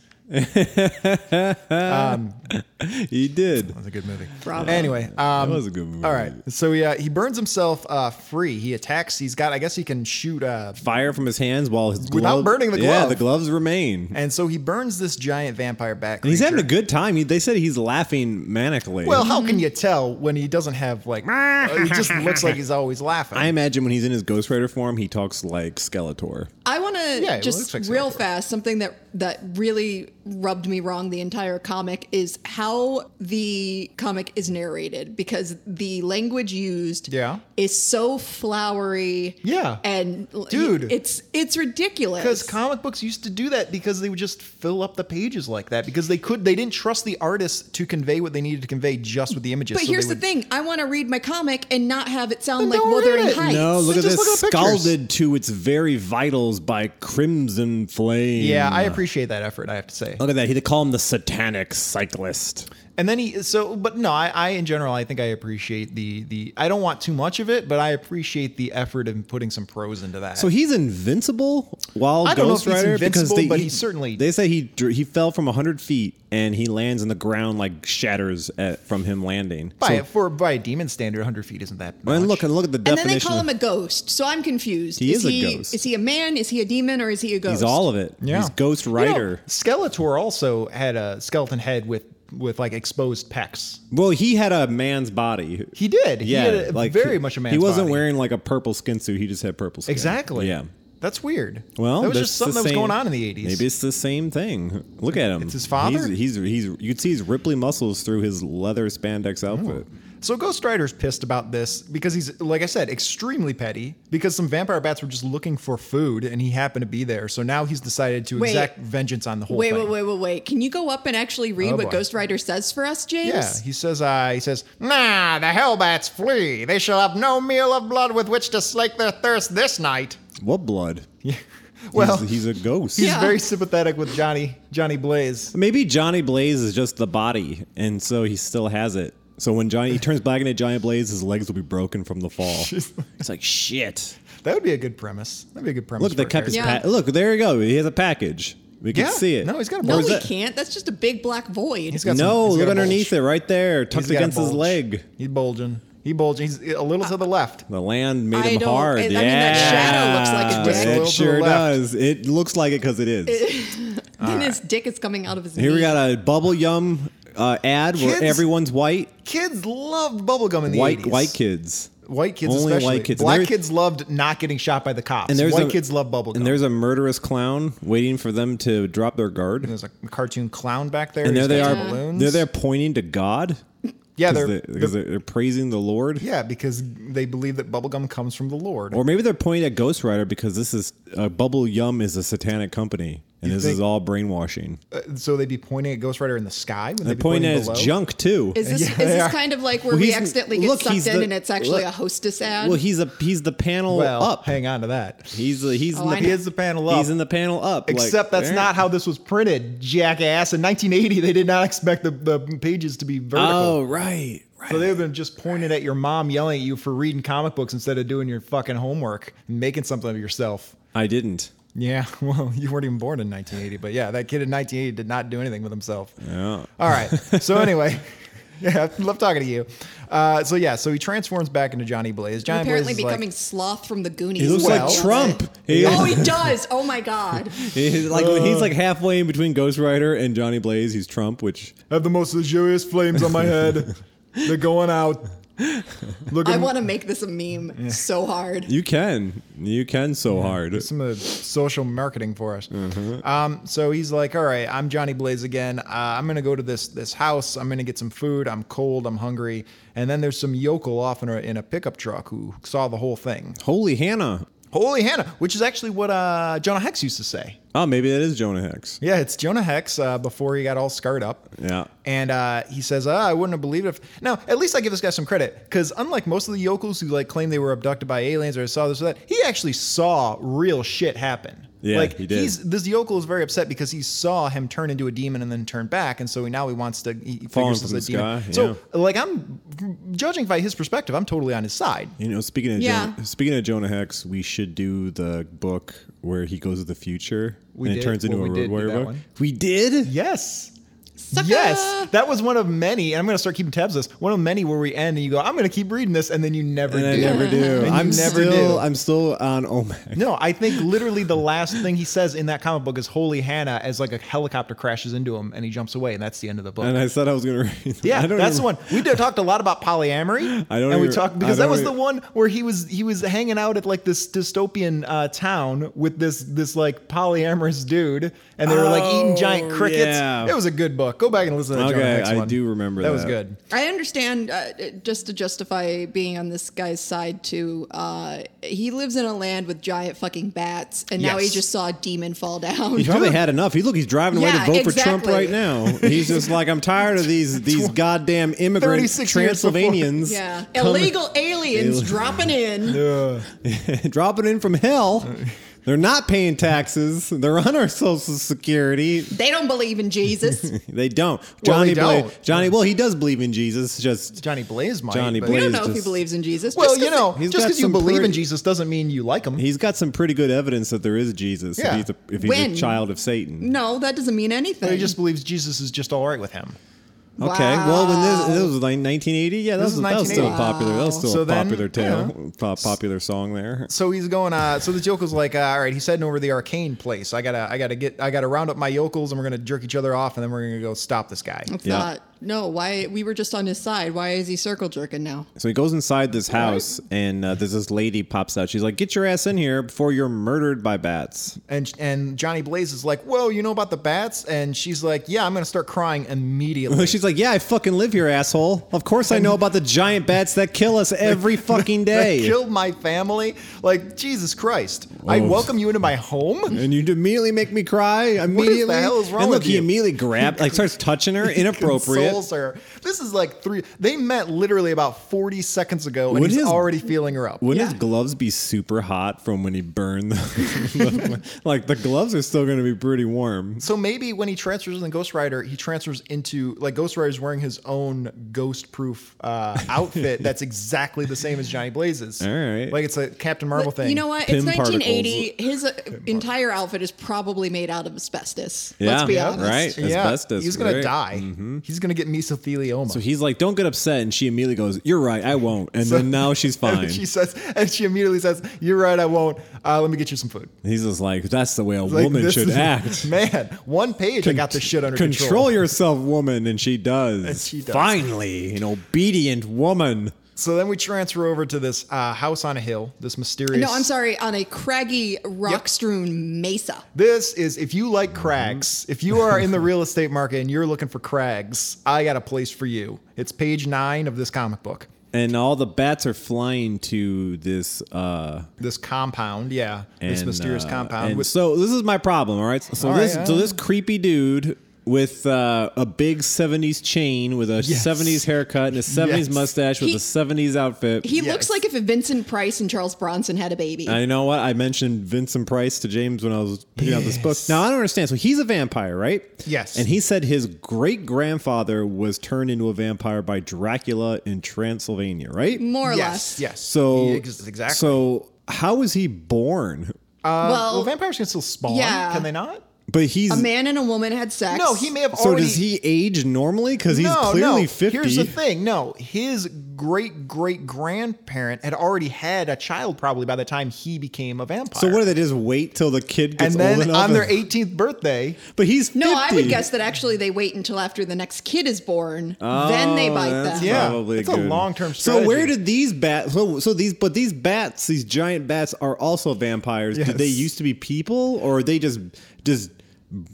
Speaker 3: he did.
Speaker 4: That's a good movie.
Speaker 3: Oh,
Speaker 5: Bravo.
Speaker 4: Anyway, um,
Speaker 3: That was a good movie.
Speaker 4: All right, so he uh, he burns himself uh, free. He attacks. He's got. I guess he can shoot uh,
Speaker 3: Fire from his hands while his glove,
Speaker 4: Without burning the
Speaker 3: Yeah,
Speaker 4: glove.
Speaker 3: the gloves remain.
Speaker 4: And so he burns this giant vampire back.
Speaker 3: And he's having a
Speaker 4: creature.
Speaker 3: good time. He, they said he's laughing manically.
Speaker 4: Well, how can you tell when he doesn't have like? uh, he just looks like he's always laughing.
Speaker 3: I imagine when he's in his Ghost Rider form, he talks like Skeletor.
Speaker 5: I want to
Speaker 4: Yeah, well,
Speaker 5: just
Speaker 4: let's fix it
Speaker 5: real
Speaker 4: afterwards.
Speaker 5: fast something that that really rubbed me wrong the entire comic is how the comic is narrated because the language used
Speaker 4: Yeah.
Speaker 5: is so flowery
Speaker 4: Yeah.
Speaker 5: and
Speaker 4: Dude.
Speaker 5: it's it's ridiculous
Speaker 4: Because comic books used to do that because they would just fill up the pages like that because they could they didn't trust the artists to convey what they needed to convey just with the images.
Speaker 5: but
Speaker 4: so they
Speaker 5: here's
Speaker 4: would-
Speaker 5: the thing I want to read my comic and not have it sound
Speaker 4: Then
Speaker 5: like
Speaker 4: don't read
Speaker 5: Wuthering
Speaker 4: it.
Speaker 5: Heights
Speaker 3: No, look at
Speaker 4: Just
Speaker 3: this.
Speaker 4: look at pictures.
Speaker 3: scalded to its very vitals by crimson flame.
Speaker 4: Yeah, I appreciate that effort. I have to say.
Speaker 3: Look at that. He they call him the satanic cyclist.
Speaker 4: And then he so but no, I, I in general I think I appreciate the the I don't want too much of it, but I appreciate the effort in putting some prose into that.
Speaker 3: So he's invincible while
Speaker 4: I don't know if
Speaker 3: Ghost
Speaker 4: he's
Speaker 3: Rider because
Speaker 4: invincible,
Speaker 3: they,
Speaker 4: but he's certainly-
Speaker 3: they say he dr- he fell from hundred feet and he lands on the ground like shatters at, from him landing.
Speaker 4: by
Speaker 3: so,
Speaker 4: for by a demon standard, 100 feet isn't that. Much.
Speaker 3: and look and look at the
Speaker 5: and
Speaker 3: definition.
Speaker 5: then they call
Speaker 3: of-
Speaker 5: him a ghost so I'm confused
Speaker 3: He is a
Speaker 5: he
Speaker 3: ghost.
Speaker 5: is he a man is he a demon or is he a ghost
Speaker 3: He's all of it.
Speaker 4: Yeah.
Speaker 3: He's Ghost
Speaker 4: You know,
Speaker 3: Rider.
Speaker 4: Skeletor also had a skeleton head with with like exposed pecs.
Speaker 3: well, he had a man's body.
Speaker 4: He did.
Speaker 3: Yeah,
Speaker 4: he had a,
Speaker 3: like
Speaker 4: very much a man.
Speaker 3: He wasn't
Speaker 4: body.
Speaker 3: wearing like a purple skin suit. He just had purple skin.
Speaker 4: Exactly.
Speaker 3: Yeah.
Speaker 4: That's weird.
Speaker 3: Well,
Speaker 4: that was
Speaker 3: that's
Speaker 4: just something
Speaker 3: the
Speaker 4: that was
Speaker 3: same-
Speaker 4: going on in the 80s.
Speaker 3: Maybe it's the same thing. Look at him.
Speaker 4: It's his father?
Speaker 3: He's he's, he's you can see his Ripley muscles through his leather
Speaker 4: Oh.
Speaker 3: spandex outfit.
Speaker 4: So Ghost Rider's pissed about this because he's, like I said, extremely petty because some vampire bats were just looking for food and he happened to be there. So now he's decided to
Speaker 5: Wait.
Speaker 4: exact vengeance on the whole
Speaker 5: Wait,
Speaker 4: thing.
Speaker 5: wait, wait, wait, wait. Can you go up and actually read
Speaker 4: Oh,
Speaker 5: what
Speaker 4: boy.
Speaker 5: Ghost Rider says for us, James?
Speaker 4: Yeah, he says, uh, he says, Nah, the hellbats flee. They shall have no meal of blood with which to slake their thirst this night.
Speaker 3: What blood?
Speaker 4: Well, he's,
Speaker 3: he's, he's a ghost.
Speaker 5: Yeah.
Speaker 4: very sympathetic with Johnny, Johnny Blaze.
Speaker 3: Maybe Johnny Blaze is just the body, and so he still has it. So when Johnny he turns black into Johnny Blaze, his legs will be broken from the fall. it's like shit.
Speaker 4: That would be a good premise. That'd be a good premise.
Speaker 3: Look,
Speaker 4: for
Speaker 3: they
Speaker 4: a
Speaker 3: kept his
Speaker 4: character.
Speaker 5: Yeah.
Speaker 3: pa- look. There you go. He has a package. We can
Speaker 4: Yeah.
Speaker 3: see it.
Speaker 4: No, he's got a
Speaker 5: No,
Speaker 4: Or is
Speaker 5: we
Speaker 4: that-
Speaker 5: can't. That's just a big black void.
Speaker 4: He's got some-
Speaker 3: no,
Speaker 4: he's got
Speaker 3: look
Speaker 4: a
Speaker 3: underneath
Speaker 4: bulge.
Speaker 3: it, right there,
Speaker 4: He's
Speaker 3: tucked
Speaker 4: got a
Speaker 3: against his
Speaker 4: bulge.
Speaker 3: leg.
Speaker 4: He's bulging. He bulging. He's a little to the left.
Speaker 3: The land made
Speaker 5: I
Speaker 3: him
Speaker 5: don't-
Speaker 3: hard.
Speaker 5: I- I mean,
Speaker 3: yeah.
Speaker 5: that shadow looks like a dick.
Speaker 3: It
Speaker 4: Little to the
Speaker 3: sure
Speaker 4: left.
Speaker 3: does. It looks like it because it is.
Speaker 5: then his dick is coming out of his.
Speaker 3: Here we
Speaker 5: knee.
Speaker 3: got a bubble yum uh, ad where
Speaker 4: Kids-
Speaker 3: everyone's white.
Speaker 4: Kids loved bubblegum in the
Speaker 3: White
Speaker 4: 80s.
Speaker 3: white kids.
Speaker 4: White kids
Speaker 3: Only
Speaker 4: especially.
Speaker 3: white kids. And
Speaker 4: Black
Speaker 3: there-
Speaker 4: kids loved not getting shot by the cops.
Speaker 3: And there's
Speaker 4: white
Speaker 3: a-
Speaker 4: kids love bubblegum.
Speaker 3: And there's a murderous clown waiting for them to drop their guard.
Speaker 4: there's a cartoon clown back there.
Speaker 3: And there
Speaker 4: He's
Speaker 3: they
Speaker 4: got
Speaker 3: are.
Speaker 4: two Balloons.
Speaker 3: They're there pointing to God.
Speaker 4: Yeah,
Speaker 3: because
Speaker 4: they're,
Speaker 3: they're,
Speaker 4: they're-
Speaker 3: because they're, they're praising the Lord.
Speaker 4: yeah, because they believe that bubblegum comes from the Lord.
Speaker 3: Or maybe they're pointing at Ghost Rider because this is uh, Bubble Yum is a satanic company, and
Speaker 4: You
Speaker 3: this
Speaker 4: think-
Speaker 3: is all brainwashing.
Speaker 4: Uh, so they'd be pointing at Ghost Rider in the sky. Would
Speaker 3: They're
Speaker 4: they be
Speaker 3: pointing at his
Speaker 4: below?
Speaker 3: junk too.
Speaker 5: Is this
Speaker 4: Yeah,
Speaker 5: is
Speaker 4: they
Speaker 5: this
Speaker 4: are.
Speaker 5: kind of like where
Speaker 3: Well,
Speaker 5: we
Speaker 3: he's-
Speaker 5: accidentally get
Speaker 3: look,
Speaker 5: sucked in
Speaker 3: he's the-
Speaker 5: and it's actually
Speaker 3: look-
Speaker 5: a hostess ad?
Speaker 3: well, he's a he's the panel
Speaker 4: Well,
Speaker 3: up.
Speaker 4: hang on to that.
Speaker 3: He's the, he's
Speaker 5: Oh,
Speaker 3: in the
Speaker 5: I
Speaker 4: He
Speaker 5: know.
Speaker 4: is the panel up.
Speaker 3: He's in the panel up. like,
Speaker 4: Except that's
Speaker 3: there.
Speaker 4: not how this was printed, jackass. In 1980, they did not expect the, the pages to be vertical.
Speaker 3: Oh right, right.
Speaker 4: So they've been just pointed at your mom, yelling at you for reading comic books instead of doing your fucking homework and making something of yourself.
Speaker 3: I didn't.
Speaker 4: Yeah, well, you weren't even born in 1980, but yeah, that kid in 1980 did not do anything with himself.
Speaker 3: Yeah.
Speaker 4: All right. So anyway, yeah, I love talking to you. Uh, so yeah, so he transforms back into Johnny Blaze. Johnny
Speaker 5: apparently
Speaker 4: Blaze is
Speaker 5: becoming
Speaker 4: like,
Speaker 5: sloth from the Goonies.
Speaker 3: He looks
Speaker 4: like
Speaker 5: Well,
Speaker 3: Trump. He-
Speaker 5: oh, he does. Oh my God.
Speaker 3: He's like when he's like halfway in between Ghost Rider and Johnny Blaze. He's Trump, which
Speaker 4: have the most luxurious flames on my head. They're going out. Look
Speaker 5: I want to make this a meme so hard.
Speaker 3: you can you can so hard.
Speaker 4: some of the social marketing for us. Um, so he's like, "All right, I'm Johnny Blaze again. Uh, I'm gonna go to this this house. I'm gonna get some food. I'm cold. I'm hungry." And then there's some yokel off in a, in a pickup truck who saw the whole thing.
Speaker 3: Holy Hannah!
Speaker 4: Holy Hannah, which is actually what uh, Jonah Hex used to say.
Speaker 3: Oh, maybe that is Jonah Hex.
Speaker 4: Yeah, it's Jonah Hex uh, before he got all scarred up.
Speaker 3: Yeah.
Speaker 4: And uh, he says, ah, I wouldn't have believed it. If... Now, at least I give this guy some credit because unlike most of the yokels who like claim they were abducted by aliens or saw this or that, he actually saw real shit happen.
Speaker 3: Yeah,
Speaker 4: like,
Speaker 3: he did.
Speaker 4: He's, this yokel is very upset because he saw him turn into a demon and then turn back, and so he, now he wants to. He he
Speaker 3: Falling
Speaker 4: figures this
Speaker 3: from
Speaker 4: is a
Speaker 3: the
Speaker 4: demon.
Speaker 3: sky,
Speaker 4: So, like, I'm judging by his perspective, I'm totally on his side.
Speaker 3: You know, speaking of
Speaker 5: Yeah.
Speaker 3: Jonah, speaking of Jonah Hex, we should do the book where he goes to the future
Speaker 4: We
Speaker 3: and
Speaker 4: did-
Speaker 3: it turns into
Speaker 4: well,
Speaker 3: a
Speaker 4: we did
Speaker 3: road
Speaker 4: do
Speaker 3: warrior
Speaker 4: that
Speaker 3: book.
Speaker 4: one.
Speaker 3: We did.
Speaker 4: Yes.
Speaker 5: Sucker!
Speaker 4: Yes, that was one of many, and I'm going to start keeping tabs of this. One of many where we end and you go, I'm going to keep reading this, and then you never
Speaker 3: And I
Speaker 4: do.
Speaker 3: never do.
Speaker 4: And you
Speaker 3: I'm
Speaker 4: never
Speaker 3: still
Speaker 4: do.
Speaker 3: I'm still on oh Omac.
Speaker 4: No, I think literally the last thing he says in that comic book is "Holy Hannah" as like a helicopter crashes into him and he jumps away, and that's the end of the book.
Speaker 3: And I said I was gonna read.
Speaker 4: yeah,
Speaker 3: I
Speaker 4: that's
Speaker 3: don't
Speaker 4: the
Speaker 3: even-
Speaker 4: one we did, talked a lot about polyamory.
Speaker 3: I don't
Speaker 4: And we
Speaker 3: even-
Speaker 4: talked
Speaker 3: I
Speaker 4: because that
Speaker 3: don't
Speaker 4: was the
Speaker 3: even-
Speaker 4: one where he was he was hanging out at like this dystopian uh, town with this this like polyamorous dude, and they were like eating giant
Speaker 3: Oh,
Speaker 4: crickets.
Speaker 3: yeah.
Speaker 4: It was a good book. Go back and listen to that. Jonah
Speaker 3: Okay,
Speaker 4: Hex
Speaker 3: I
Speaker 4: one.
Speaker 3: do remember
Speaker 4: that was
Speaker 3: that.
Speaker 4: good.
Speaker 5: I understand uh, it- just to justify being on this guy's side too. Uh, he lives in a land with giant fucking bats, and now he
Speaker 4: Yes.
Speaker 5: just saw a demon fall down.
Speaker 3: He probably had enough. He look, he's driving away
Speaker 5: Yeah,
Speaker 3: to vote for Trump
Speaker 5: exactly.
Speaker 3: right now. He's just like, I'm tired of these these goddamn immigrant
Speaker 4: 36 years before.
Speaker 3: Transylvanians
Speaker 5: yeah,
Speaker 3: coming-
Speaker 5: illegal aliens
Speaker 3: Ill-
Speaker 5: dropping in.
Speaker 3: dropping in from hell. They're not paying taxes. They're on our social security.
Speaker 5: They don't believe in Jesus.
Speaker 3: They don't.
Speaker 4: Well,
Speaker 3: Johnny
Speaker 4: they
Speaker 3: Bla-
Speaker 4: don't.
Speaker 3: Johnny. Well, he does believe in Jesus. Just
Speaker 4: Johnny Blaze might.
Speaker 3: Johnny
Speaker 4: but-
Speaker 5: We
Speaker 3: Blaze.
Speaker 5: don't
Speaker 3: Please,
Speaker 5: know if he
Speaker 3: just-
Speaker 5: believes in Jesus.
Speaker 4: Well,
Speaker 5: Just 'cause
Speaker 4: you know,
Speaker 3: He's
Speaker 4: just
Speaker 3: got
Speaker 4: because you
Speaker 3: some
Speaker 4: believe in
Speaker 3: pretty-
Speaker 4: Jesus doesn't mean you like him.
Speaker 3: he's got some pretty good evidence that there is Jesus.
Speaker 4: Yeah.
Speaker 3: If he's a, if he's
Speaker 5: When?
Speaker 3: a child of Satan.
Speaker 5: it- no, that doesn't mean anything.
Speaker 4: He just believes Jesus is just all right with him.
Speaker 3: Okay. Well, when this, this was like 1980, yeah, that
Speaker 4: This
Speaker 3: was,
Speaker 4: was
Speaker 3: that was still a
Speaker 4: 1980.
Speaker 3: popular. That was still
Speaker 4: So
Speaker 3: a
Speaker 4: then,
Speaker 3: popular tale,
Speaker 4: yeah.
Speaker 3: pop- popular song there.
Speaker 4: So he's going. Uh, so the Joker's like, uh, all right, he's heading over to the arcane place. I gotta, I gotta get, I gotta round up my yokels, and we're gonna jerk each other off, and then we're gonna go stop this guy.
Speaker 5: It's
Speaker 3: Yeah.
Speaker 5: not. No, why? We were just on his side. Why is he circle jerking now?
Speaker 3: So he goes inside this house, and uh, there's this lady pops out. She's like, "Get your ass in here before you're murdered by bats."
Speaker 4: And and Johnny Blaze is like, whoa, you know about the bats? And she's like, yeah, I'm gonna start crying immediately.
Speaker 3: She's like, "Yeah, I fucking live here, asshole. Of course I know about the giant bats that kill us every fucking
Speaker 4: They
Speaker 3: day."
Speaker 4: killed my family. Like Jesus Christ! I
Speaker 3: Oh.
Speaker 4: welcome you into my home.
Speaker 3: And you immediately make me cry. Immediately,
Speaker 4: hell is wrong
Speaker 3: and look,
Speaker 4: with
Speaker 3: he
Speaker 4: you?
Speaker 3: immediately grabs, like, starts touching her, inappropriate.
Speaker 4: Consoles her. This is like three. They met literally about 40 seconds ago, and
Speaker 3: Would
Speaker 4: he's
Speaker 3: his-
Speaker 4: already feeling her up.
Speaker 3: Wouldn't
Speaker 5: Yeah.
Speaker 3: his gloves be super hot from when he burned them? like the gloves are still going to be pretty warm.
Speaker 4: So maybe when he transfers in Ghost Rider, he transfers into like Ghost Rider's wearing his own ghost-proof uh, outfit that's exactly the same as Johnny Blaze's. All
Speaker 3: right.
Speaker 4: like it's a Captain Marvel
Speaker 5: But
Speaker 4: thing.
Speaker 5: You know what?
Speaker 3: Pin
Speaker 5: It's 1980. His uh, entire outfit is probably made out of asbestos.
Speaker 3: Yeah,
Speaker 5: Let's be
Speaker 3: yeah, right.
Speaker 5: honest.
Speaker 4: Yeah,
Speaker 3: Asbestos,
Speaker 4: he's gonna
Speaker 3: right? Mm-hmm.
Speaker 4: die. He's gonna get mesothelioma.
Speaker 3: So he's like, "Don't get upset," and she immediately goes, "You're right, I won't." And then now she's fine.
Speaker 4: she says, and she immediately says, "You're right, I won't. Uh, let me get you some food."
Speaker 3: he's just like, "That's the way a
Speaker 4: Like,
Speaker 3: woman
Speaker 4: this
Speaker 3: should
Speaker 4: is-
Speaker 3: act."
Speaker 4: Man, one page, I got this shit under
Speaker 3: control. yourself, woman, and she does.
Speaker 4: And she does.
Speaker 3: Finally, an obedient woman.
Speaker 4: So then we transfer over to this uh, house on a hill. This mysterious.
Speaker 5: No, I'm sorry. On a craggy, rock-strewn mesa.
Speaker 4: This is if you
Speaker 3: Mm-hmm.
Speaker 4: like crags, if you are in the real estate market and you're looking for crags, I got a place for you. It's page nine of this comic book.
Speaker 3: And all the bats are flying to this uh
Speaker 4: This compound, yeah, this
Speaker 3: and,
Speaker 4: mysterious
Speaker 3: uh,
Speaker 4: compound.
Speaker 3: and
Speaker 4: With,
Speaker 3: so this is my problem, all right? So
Speaker 4: All
Speaker 3: this
Speaker 4: right,
Speaker 3: so
Speaker 4: uh.
Speaker 3: this creepy dude with uh, a big 70s chain with a
Speaker 4: Yes.
Speaker 3: 70s haircut and a 70s
Speaker 4: Yes.
Speaker 3: mustache with
Speaker 5: He-
Speaker 3: a 70s outfit.
Speaker 5: He
Speaker 4: Yes.
Speaker 5: looks like if Vincent Price and Charles Bronson had a baby.
Speaker 3: And you know what? I mentioned Vincent Price to James when I was picking out this book.
Speaker 4: Yes.
Speaker 3: Now I don't understand. So he's a vampire, right?
Speaker 4: Yes.
Speaker 3: And he said his great grandfather was turned into a vampire by Dracula in Transylvania, right?
Speaker 5: More or
Speaker 4: yes,
Speaker 5: less.
Speaker 4: yes.
Speaker 3: So
Speaker 4: Ex- exactly.
Speaker 3: So how was he born?
Speaker 4: Uh, well,
Speaker 5: well,
Speaker 4: vampires can still spawn,
Speaker 5: yeah.
Speaker 4: can they not?
Speaker 3: But he's
Speaker 5: a man and a woman had sex.
Speaker 4: No, he may have
Speaker 3: so
Speaker 4: already.
Speaker 3: does he age normally? Because he's
Speaker 4: no,
Speaker 3: clearly
Speaker 4: no.
Speaker 3: fifty.
Speaker 4: Here's the thing. No, his great great grandparent had already had a child probably by the time he became a vampire.
Speaker 3: So what do they just wait till the kid
Speaker 4: and
Speaker 3: gets old
Speaker 4: then
Speaker 3: enough?
Speaker 4: on their
Speaker 3: and-
Speaker 4: 18th birthday,
Speaker 3: but he's
Speaker 5: No, I
Speaker 3: 50.
Speaker 5: would guess that actually they wait until after the next kid is born, then they
Speaker 3: Oh,
Speaker 5: bite
Speaker 3: that's
Speaker 5: them.
Speaker 4: Yeah,
Speaker 3: probably
Speaker 4: it's a
Speaker 3: good.
Speaker 4: long-term
Speaker 3: So where
Speaker 4: strategy.
Speaker 3: did these bats? So, so these, but these bats, these giant bats, are also vampires.
Speaker 4: Yes.
Speaker 3: Did they used to be people, or they just just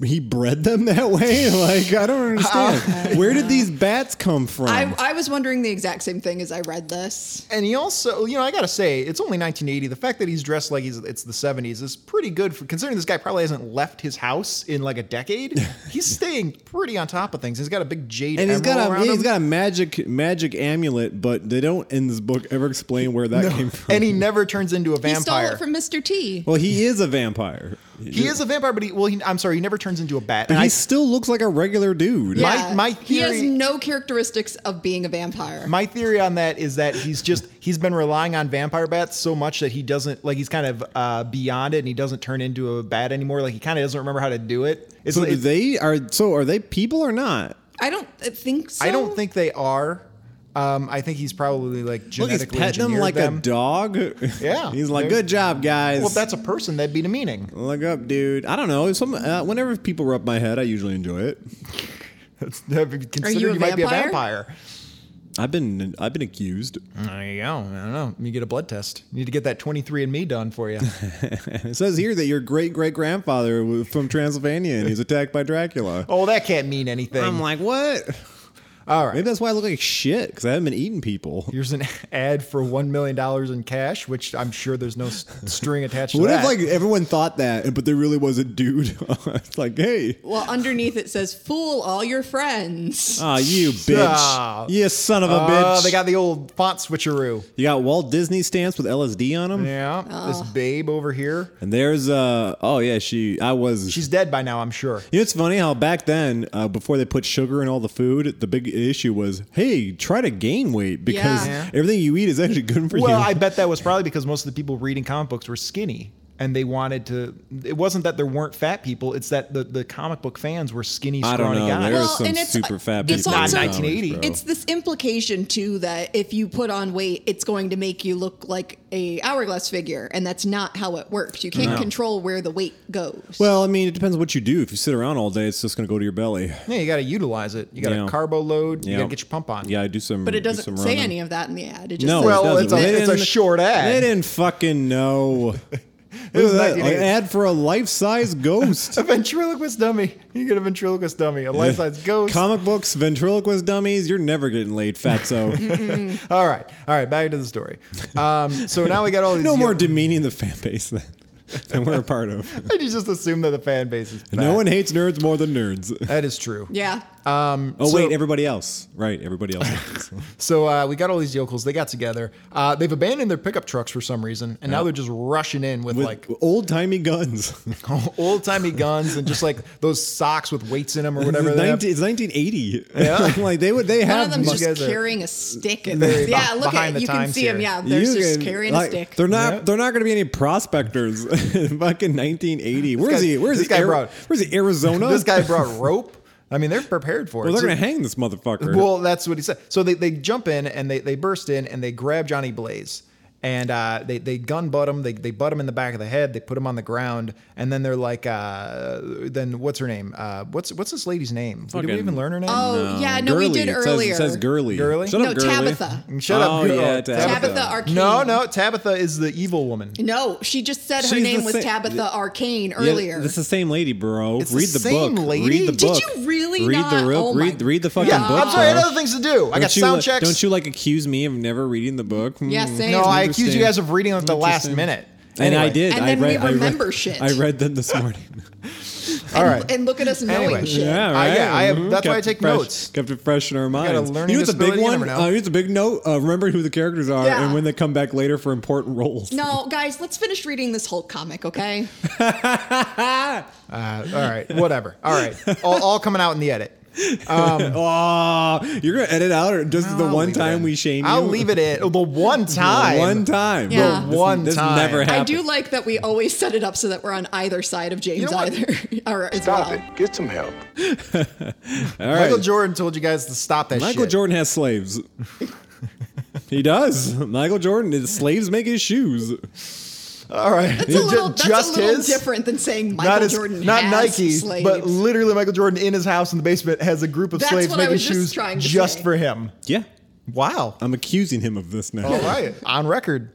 Speaker 3: he bred them that way? Like I don't understand. where did these bats come from?
Speaker 5: I, I was wondering the exact same thing as I read this.
Speaker 4: And he also, you know, I gotta say, it's only 1980. The fact that he's dressed like he's it's the 70s is pretty good for considering this guy probably hasn't left his house in like a decade. He's staying pretty on top of things. He's got a big jade
Speaker 3: and he's
Speaker 4: emerald
Speaker 3: got a
Speaker 4: around
Speaker 3: yeah,
Speaker 4: him.
Speaker 3: he's got a magic magic amulet, but they don't in this book ever explain where that came from.
Speaker 4: and he never turns into a vampire.
Speaker 5: He stole it from Mr. T.
Speaker 3: well, he is a vampire,
Speaker 4: He is a vampire, but he well, he, I'm sorry, he never turns into a bat.
Speaker 3: but
Speaker 4: And
Speaker 3: he
Speaker 4: I,
Speaker 3: still looks like a regular dude.
Speaker 4: My-
Speaker 5: Yeah.
Speaker 4: my
Speaker 5: he has
Speaker 4: theory-
Speaker 5: no characteristics of being a vampire.
Speaker 4: my theory on that is that he's just he's been relying on vampire bats so much that he doesn't like he's kind of uh, beyond it, and he doesn't turn into a bat anymore. Like he kind of doesn't remember how to do it. It's
Speaker 3: So
Speaker 4: like-
Speaker 3: do they are so are they people or not?
Speaker 5: I don't think so.
Speaker 4: I don't think they are. Um, I think he's probably like
Speaker 3: Look, he's
Speaker 4: genetically
Speaker 3: petting him
Speaker 4: engineered
Speaker 3: like
Speaker 4: them.
Speaker 3: a dog.
Speaker 4: Yeah.
Speaker 3: he's like, "Good job, guys."
Speaker 4: Well, if that's a person. That'd be demeaning.
Speaker 3: Look up, dude. I don't know. Some uh, whenever people rub my head, I usually enjoy it.
Speaker 4: That's, that'd be considered
Speaker 5: you a
Speaker 4: might be a
Speaker 5: vampire?
Speaker 4: vampire.
Speaker 3: I've been I've been accused.
Speaker 4: There you go. I don't know. You get a blood test. You need to get that 23andMe done for you.
Speaker 3: It says here that your great great grandfather was from Transylvania and he's attacked by Dracula.
Speaker 4: oh, that can't mean anything.
Speaker 3: I'm like, what?
Speaker 4: All right.
Speaker 3: Maybe that's why I look like shit because I haven't been eating people.
Speaker 4: Here's an ad for $1 million in cash, which I'm sure there's no s- string attached to
Speaker 3: What
Speaker 4: that.
Speaker 3: if like everyone thought that, but there really was a dude? it's like, hey,
Speaker 5: Well, underneath it says, "Fool all your
Speaker 4: Oh.
Speaker 5: friends."
Speaker 3: ah, you bitch,
Speaker 4: Ah.
Speaker 3: you son of a
Speaker 4: Oh,
Speaker 3: bitch.
Speaker 4: they got the old font switcheroo.
Speaker 3: you got Walt Disney stamps with LSD on them,
Speaker 4: Yeah. This babe over here.
Speaker 3: and there's uh, oh yeah, she. I was.
Speaker 4: She's dead by now, I'm sure.
Speaker 3: you know, it's funny how back then, uh, before they put sugar in all the food, the big issue was, hey, try to gain weight because
Speaker 5: Yeah.
Speaker 4: Yeah.
Speaker 3: everything you eat is actually good for you.
Speaker 4: Well, I bet that was probably because most of the people reading comic books were skinny and they wanted to. It wasn't that there weren't fat people, it's that the, the comic book fans were skinny,
Speaker 3: I
Speaker 4: scrawny
Speaker 3: don't know.
Speaker 4: guys.
Speaker 3: There are
Speaker 5: Well,
Speaker 3: some
Speaker 5: and it's- uh,
Speaker 3: super fat
Speaker 5: it's
Speaker 3: people. in
Speaker 5: also-
Speaker 3: college,
Speaker 4: 1980.
Speaker 3: bro.
Speaker 5: It's this implication too that if you put on weight, it's going to make you look like a hourglass figure, and that's not how it works. You can't control where the weight goes.
Speaker 3: well, I mean, it depends what you do. If you sit around all day, it's just going to go to your belly.
Speaker 4: Yeah, you got to utilize it. You got to
Speaker 3: Yeah.
Speaker 4: carbo load. You
Speaker 3: Yeah.
Speaker 4: got to get your pump on.
Speaker 3: Yeah, I do some.
Speaker 5: but it
Speaker 3: do
Speaker 5: doesn't
Speaker 3: some
Speaker 5: say
Speaker 3: running.
Speaker 5: any of that in the ad. It just
Speaker 3: No,
Speaker 5: says
Speaker 4: Well,
Speaker 3: it
Speaker 4: it's a-
Speaker 3: doesn't. They
Speaker 4: it's a
Speaker 3: didn't-
Speaker 4: short ad.
Speaker 3: They didn't fucking know.
Speaker 4: It was
Speaker 3: Look at that,
Speaker 4: 1980.
Speaker 3: an ad for a life-size ghost.
Speaker 4: A ventriloquist dummy. You get a ventriloquist dummy, a life size ghost.
Speaker 3: Comic books, ventriloquist dummies. You're never getting laid, fatso.
Speaker 4: all right, all right. Back to the story. Um, so now we got all these.
Speaker 3: no
Speaker 4: young-
Speaker 3: more demeaning the fan base than, than we're a part of.
Speaker 4: I just assume that the fan base is.
Speaker 3: No
Speaker 4: fat.
Speaker 3: one hates nerds more than nerds.
Speaker 4: That is true.
Speaker 5: yeah.
Speaker 3: Oh
Speaker 4: So-
Speaker 3: wait, everybody else. Right, everybody else.
Speaker 4: So uh, we got all these yokels. They got together. Uh, they've abandoned their pickup trucks for some reason, and now they're just rushing in with,
Speaker 3: With
Speaker 4: like
Speaker 3: old-timey guns.
Speaker 4: old timey guns and just like those socks with weights in them or whatever.
Speaker 3: it's,
Speaker 4: they have.
Speaker 3: 19, it's 1980.
Speaker 4: Yeah.
Speaker 3: like they would. They
Speaker 5: One
Speaker 3: have
Speaker 5: of them's
Speaker 4: these
Speaker 5: just
Speaker 4: guys are-
Speaker 5: carrying a stick. And
Speaker 4: Very be-
Speaker 5: yeah, look
Speaker 4: behind
Speaker 5: at
Speaker 4: the
Speaker 5: you can
Speaker 4: times
Speaker 5: see him.
Speaker 4: here.
Speaker 5: Yeah, they're
Speaker 3: You
Speaker 5: just
Speaker 3: can-
Speaker 5: carrying
Speaker 3: like,
Speaker 5: a stick.
Speaker 3: They're not.
Speaker 4: Yeah.
Speaker 3: They're not going to be any prospectors in fucking 1980. Where's
Speaker 4: guy-
Speaker 3: he? Where's
Speaker 4: this
Speaker 3: he?
Speaker 4: guy
Speaker 3: Ari-
Speaker 4: brought-
Speaker 3: where's he? Arizona.
Speaker 4: This guy brought rope. I mean, they're prepared for
Speaker 3: Well,
Speaker 4: it.
Speaker 3: they're
Speaker 4: So-
Speaker 3: going to hang this motherfucker.
Speaker 4: Well, that's what he said. So they, they jump in and they, they burst in and they grab Johnny Blaze and uh, they they gun butt him. They they butt him in the back of the head. They put him on the ground and then they're like, uh, then what's her name? Uh, what's what's this lady's name? Did
Speaker 3: Fucking-
Speaker 4: we even learn her name?
Speaker 5: oh yeah, no,
Speaker 3: Girly.
Speaker 5: we did
Speaker 3: it
Speaker 5: earlier.
Speaker 3: Says, it says girly.
Speaker 4: Girly?
Speaker 3: Shut
Speaker 5: no,
Speaker 3: up, girly.
Speaker 5: Tabitha.
Speaker 4: Shut up,
Speaker 3: Oh,
Speaker 4: girl.
Speaker 3: yeah,
Speaker 5: Tabitha,
Speaker 3: Tabitha.
Speaker 5: Arcane.
Speaker 4: No, no, Tabitha is the evil woman.
Speaker 5: No, she just said her
Speaker 3: She's
Speaker 5: name
Speaker 3: the
Speaker 5: was
Speaker 3: same-
Speaker 5: Tabitha Arcane
Speaker 3: Yeah,
Speaker 5: earlier.
Speaker 3: It's the same lady, bro.
Speaker 4: It's the
Speaker 3: read the,
Speaker 4: same
Speaker 3: book.
Speaker 4: lady?
Speaker 3: Read the
Speaker 4: Did
Speaker 3: book.
Speaker 5: you really
Speaker 3: read
Speaker 5: not-
Speaker 3: The real,
Speaker 5: oh my
Speaker 3: read, read the fucking
Speaker 4: Yeah,
Speaker 3: book.
Speaker 4: I'm sorry, I had
Speaker 3: bro.
Speaker 4: other things to do. I got
Speaker 3: Don't you,
Speaker 4: sound
Speaker 3: like-
Speaker 4: checks.
Speaker 3: Don't you like accuse me of never reading the book?
Speaker 5: Yeah,
Speaker 3: Hmm.
Speaker 5: same.
Speaker 4: no, I
Speaker 3: Interesting.
Speaker 4: accused you guys of reading at the last
Speaker 3: Interesting.
Speaker 4: minute.
Speaker 3: And I
Speaker 4: Anyway.
Speaker 3: did.
Speaker 5: And
Speaker 3: I
Speaker 5: then we
Speaker 3: read, I read-
Speaker 5: remember shit.
Speaker 3: I read them this morning.
Speaker 4: All right.
Speaker 5: and look at us knowing
Speaker 4: Anyway.
Speaker 5: shit.
Speaker 3: Yeah,
Speaker 4: I-
Speaker 3: right.
Speaker 4: yeah, I have-
Speaker 3: Mhm.
Speaker 4: that's why I
Speaker 3: Kept
Speaker 4: take
Speaker 3: it fresh-
Speaker 4: notes.
Speaker 3: Kept it fresh in our
Speaker 4: got a
Speaker 3: minds.
Speaker 4: learning
Speaker 3: you know, it's a big
Speaker 4: disability, you never
Speaker 3: one.
Speaker 4: know.
Speaker 3: Uh, it's a big note. Uh, remember who the characters are
Speaker 5: Yeah.
Speaker 3: and when they come back later for important roles.
Speaker 5: No, guys, let's finish reading this Hulk comic, okay?
Speaker 4: Uh, all right. Whatever. All right. All, all coming out in the edit.
Speaker 3: Oh, you're gonna edit out or just the
Speaker 4: Um, I'll
Speaker 3: one
Speaker 4: leave it
Speaker 3: time
Speaker 4: in.
Speaker 3: we shame you?
Speaker 4: I'll leave it in. Oh, The one time.
Speaker 3: One time.
Speaker 5: Yeah.
Speaker 4: The
Speaker 3: This-
Speaker 4: one
Speaker 3: this
Speaker 4: time.
Speaker 3: never
Speaker 4: I
Speaker 3: happened.
Speaker 5: I do like that we always set it up so that we're on either side of James
Speaker 4: know what?
Speaker 5: either. or as
Speaker 1: Stop
Speaker 5: well.
Speaker 1: it. Get some help.
Speaker 3: All right.
Speaker 4: Michael Jordan told you guys to stop that
Speaker 3: Michael
Speaker 4: shit.
Speaker 3: Jordan has slaves. he does. Michael Jordan his slaves make his shoes.
Speaker 4: All right.
Speaker 5: That's a little, that's
Speaker 4: Just
Speaker 5: a little
Speaker 4: his.
Speaker 5: different than saying Michael
Speaker 4: Not, his,
Speaker 5: Jordan
Speaker 4: not
Speaker 5: has
Speaker 4: Nike,
Speaker 5: slaves.
Speaker 4: but literally Michael Jordan in his house in the basement has a group of
Speaker 5: That's
Speaker 4: slaves
Speaker 5: what I
Speaker 4: making
Speaker 5: was just
Speaker 4: shoes
Speaker 5: trying to
Speaker 4: just
Speaker 5: say.
Speaker 4: for him.
Speaker 3: Yeah.
Speaker 4: Wow.
Speaker 3: I'm accusing him of this now.
Speaker 4: All right, on record.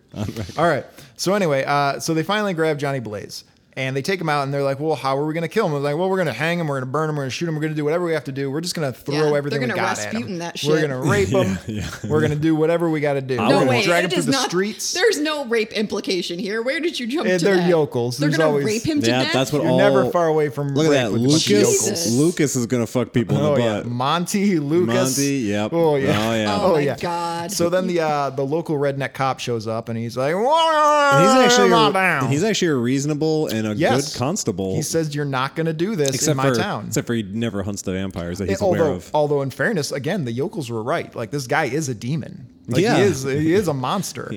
Speaker 4: All right. So anyway, uh, so they finally grab Johnny Blaze and they take him out and they're like, "Well, how are we going to kill him?" They're like, "Well, we're going to hang him. We're going to burn him. We're going to shoot him. We're going to do whatever we have to do. We're just going to
Speaker 5: Yeah,
Speaker 4: throw
Speaker 5: they're
Speaker 4: everything we
Speaker 5: gonna
Speaker 4: got at him.
Speaker 5: Rasputin that
Speaker 4: We're
Speaker 5: shit.
Speaker 4: going to rape him.
Speaker 3: Yeah,
Speaker 4: We're going to do whatever we got to do.
Speaker 3: No
Speaker 4: We're
Speaker 5: no
Speaker 4: gonna
Speaker 5: way,
Speaker 4: drag
Speaker 5: it
Speaker 4: him through
Speaker 5: does
Speaker 4: the
Speaker 5: not.
Speaker 4: streets.
Speaker 5: There's no rape implication here. Where did you jump
Speaker 4: Eh,
Speaker 5: to?
Speaker 4: they're
Speaker 5: that?
Speaker 4: yokels.
Speaker 5: They're
Speaker 4: There's
Speaker 5: gonna
Speaker 4: always-
Speaker 5: rape him
Speaker 3: Yeah,
Speaker 5: to death.
Speaker 3: that's what
Speaker 4: You're
Speaker 3: all.
Speaker 4: never far away from
Speaker 3: Look at
Speaker 4: rape
Speaker 3: that,
Speaker 4: with a bunch of
Speaker 3: Lucas.
Speaker 5: Jesus.
Speaker 3: Lucas is gonna fuck people
Speaker 4: Oh
Speaker 3: in the
Speaker 4: yeah,
Speaker 3: butt.
Speaker 4: Monty Lucas.
Speaker 3: Monty, yep.
Speaker 4: Oh yeah.
Speaker 3: Oh, yeah.
Speaker 5: Oh, my
Speaker 4: yeah.
Speaker 5: God.
Speaker 4: So then the uh, the local redneck cop shows up and he's like, "Whoa,
Speaker 3: He's actually
Speaker 4: come on
Speaker 3: a,
Speaker 4: uh, down."
Speaker 3: he's actually a reasonable and a
Speaker 4: Yes.
Speaker 3: good constable.
Speaker 4: He says you're not going to do this in my
Speaker 3: for
Speaker 4: town.
Speaker 3: except for he never hunts the vampires that
Speaker 4: Yeah,
Speaker 3: he's
Speaker 4: although, uh,
Speaker 3: aware of.
Speaker 4: although in fairness, again, the yokels were right. Like this guy is a demon. Like
Speaker 3: Yeah.
Speaker 4: he is he is a monster.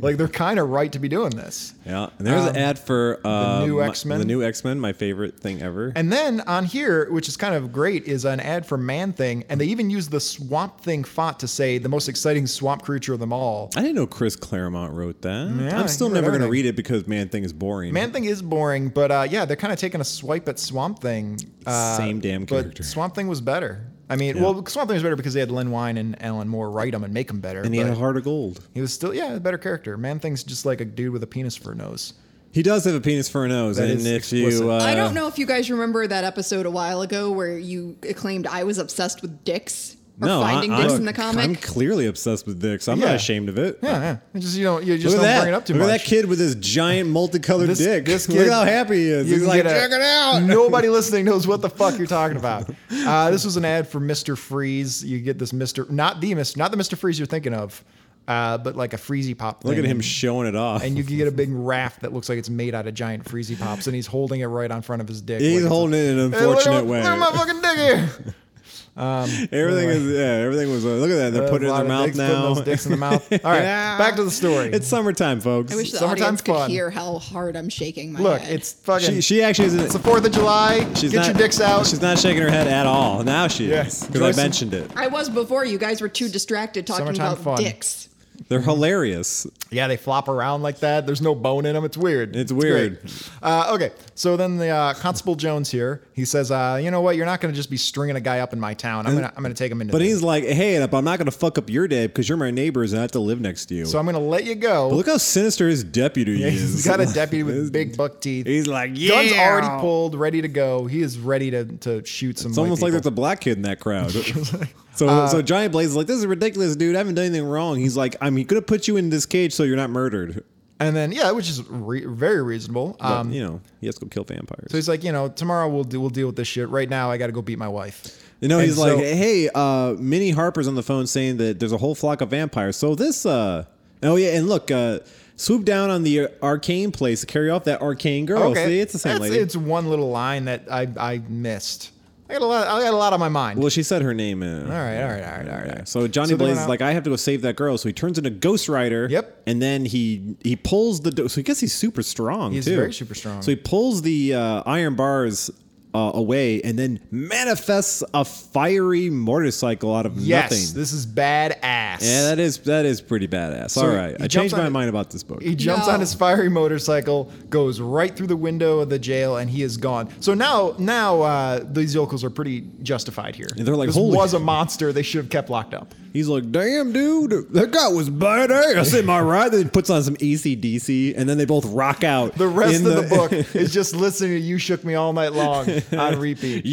Speaker 4: Like they're kind of right to be doing this.
Speaker 3: Yeah, and there's
Speaker 4: Um,
Speaker 3: an ad for uh,
Speaker 4: new
Speaker 3: my-
Speaker 4: X-Men.
Speaker 3: The new X Men, my favorite thing ever.
Speaker 4: And then on here, which is kind of great, is an ad for Man Thing, and they even use the Swamp Thing font to say the most exciting swamp creature of them all.
Speaker 3: I didn't know Chris Claremont wrote that.
Speaker 4: Yeah,
Speaker 3: I'm still
Speaker 4: he wrote
Speaker 3: never going to
Speaker 4: everything.
Speaker 3: read it because Man Thing is boring.
Speaker 4: Man Thing is boring, but uh, yeah, they're kind of taking a swipe at Swamp Thing. Uh,
Speaker 3: Same damn character.
Speaker 4: But Swamp Thing was better. I mean, well, Swamp Thing was better because they had Len Wein and Alan Moore write them and make them better.
Speaker 3: and he had a
Speaker 4: but
Speaker 3: heart of gold.
Speaker 4: he was still, yeah, a better character. Man Thing's just like a dude with a penis for a nose.
Speaker 3: He does have a penis for a nose,
Speaker 4: That
Speaker 3: and
Speaker 4: is
Speaker 3: if
Speaker 4: explicit.
Speaker 3: you, uh,
Speaker 5: I don't know if you guys remember that episode a while ago where you claimed I was obsessed with dicks or
Speaker 3: no,
Speaker 5: finding
Speaker 3: I,
Speaker 5: dicks
Speaker 3: I'm,
Speaker 5: in the comic.
Speaker 3: I'm clearly obsessed with dicks. I'm
Speaker 4: Yeah.
Speaker 3: not ashamed of it.
Speaker 4: Yeah, yeah. It's just you don't, you just
Speaker 3: Look at
Speaker 4: don't
Speaker 3: that!
Speaker 4: bring it up too
Speaker 3: Look
Speaker 4: much.
Speaker 3: at that kid with his giant multicolored
Speaker 4: This-
Speaker 3: dick.
Speaker 4: this
Speaker 3: Look
Speaker 4: kid-
Speaker 3: at how happy he is.
Speaker 4: You
Speaker 3: He's
Speaker 4: can
Speaker 3: like,
Speaker 4: get a-
Speaker 3: check it out.
Speaker 4: Nobody listening knows what the fuck you're talking about. Uh, this was an ad for Mister Freeze. You get this Mister, not the Mister, not the Mister Freeze you're thinking of, uh, but like a Freezy Pop.
Speaker 3: Look at
Speaker 4: thing.
Speaker 3: him showing it off.
Speaker 4: and you can get a big raft that looks like it's made out of giant Freezy Pops, and he's holding it right on front of his dick.
Speaker 3: He's
Speaker 4: like it's a-
Speaker 3: holding it in an
Speaker 4: Hey, look at-
Speaker 3: unfortunate way.
Speaker 4: Look at my fucking dick here.
Speaker 3: Everything is yeah. Everything was. uh, Look at that. They're putting it
Speaker 4: A lot
Speaker 3: in their
Speaker 4: of
Speaker 3: mouth
Speaker 4: dicks,
Speaker 3: now.
Speaker 4: Putting those dicks in the mouth. All right, back to the story.
Speaker 3: It's summertime, folks.
Speaker 5: I wish the
Speaker 4: Summertime
Speaker 5: audience
Speaker 4: fun.
Speaker 5: could hear how hard I'm shaking my
Speaker 4: look,
Speaker 5: head.
Speaker 4: it's fucking.
Speaker 3: she, she actually isn't.
Speaker 4: it's the Fourth of July.
Speaker 3: she's
Speaker 4: get
Speaker 3: not,
Speaker 4: your dicks out.
Speaker 3: She's not shaking her head at all. Now she
Speaker 4: Yeah.
Speaker 3: is
Speaker 4: Enjoy
Speaker 3: because
Speaker 4: some-
Speaker 3: I mentioned it.
Speaker 5: I was before. You guys were too distracted talking
Speaker 4: Summertime
Speaker 5: about
Speaker 4: fun.
Speaker 5: dicks.
Speaker 3: They're hilarious.
Speaker 4: Yeah, they flop around like that. There's no bone in them. It's weird.
Speaker 3: It's weird.
Speaker 4: great. Uh, okay, so then the uh, Constable Jones here. He says, uh, "You know what? You're not going to just be stringing a guy up in my town. I'm gonna I'm gonna take him into.
Speaker 3: But
Speaker 4: this.
Speaker 3: he's like, hey, and I'm not going to fuck up your day because you're my neighbors and I have to live next to you.
Speaker 4: so I'm gonna let you go.
Speaker 3: But look how sinister his deputy
Speaker 4: Yeah,
Speaker 3: is.
Speaker 4: he's got a deputy with big buck teeth.
Speaker 3: He's like, yeah.
Speaker 4: Gun's already pulled, ready to go. He is ready to to shoot some.
Speaker 3: It's almost like there's a black kid in that crowd. so
Speaker 4: Uh,
Speaker 3: so Johnny Blaze is like, this is ridiculous, dude. I haven't done anything wrong. He's like, I'm going to put you in this cage so you're not murdered.
Speaker 4: and then yeah, which is re- very reasonable.
Speaker 3: But,
Speaker 4: Um,
Speaker 3: you know, he has to go kill vampires.
Speaker 4: so he's like, you know, tomorrow we'll do, we'll deal with this shit. Right now, I got to go beat my wife.
Speaker 3: You know,
Speaker 4: And
Speaker 3: he's
Speaker 4: so-
Speaker 3: like, hey, uh, Minnie Harper's on the phone saying that there's a whole flock of vampires. So this, uh, oh yeah, and look, uh, swoop down on the arcane place to carry off that arcane girl. Oh, See, it's the same
Speaker 4: That's-
Speaker 3: lady.
Speaker 4: It's one little line that I I missed. I got a lot. I got a lot on my mind.
Speaker 3: well, she said her name. Uh,
Speaker 4: all right, all right, all right, all right.
Speaker 3: So Johnny
Speaker 4: So they
Speaker 3: Blaze
Speaker 4: went
Speaker 3: is
Speaker 4: out-
Speaker 3: like, I have to go save that girl. So he turns into Ghost Rider.
Speaker 4: Yep.
Speaker 3: And then he he pulls the. do- So I guess he's super strong.
Speaker 4: He's
Speaker 3: too.
Speaker 4: very super strong.
Speaker 3: So he pulls the uh, iron bars. Uh, away and then manifests a fiery motorcycle out of
Speaker 4: Yes,
Speaker 3: nothing.
Speaker 4: this is badass.
Speaker 3: Yeah, that is that is pretty badass. All
Speaker 4: he-
Speaker 3: right,
Speaker 4: he
Speaker 3: I
Speaker 4: jumps
Speaker 3: changed
Speaker 4: on
Speaker 3: my
Speaker 4: it-
Speaker 3: mind about this book.
Speaker 4: He jumps
Speaker 5: No.
Speaker 4: on his fiery motorcycle, goes right through the window of the jail, and he is gone. So now, now uh, these yokels are pretty justified here.
Speaker 3: And they're like,
Speaker 4: this
Speaker 3: "Holy-"
Speaker 4: was a monster. They should have kept locked up.
Speaker 3: He's like, "Damn, dude, that guy was badass." Am I right? Then he puts on some E ECDC, and then they both rock out.
Speaker 4: The rest
Speaker 3: in
Speaker 4: of the, book is just listening to "You Shook Me All Night Long" on repeat.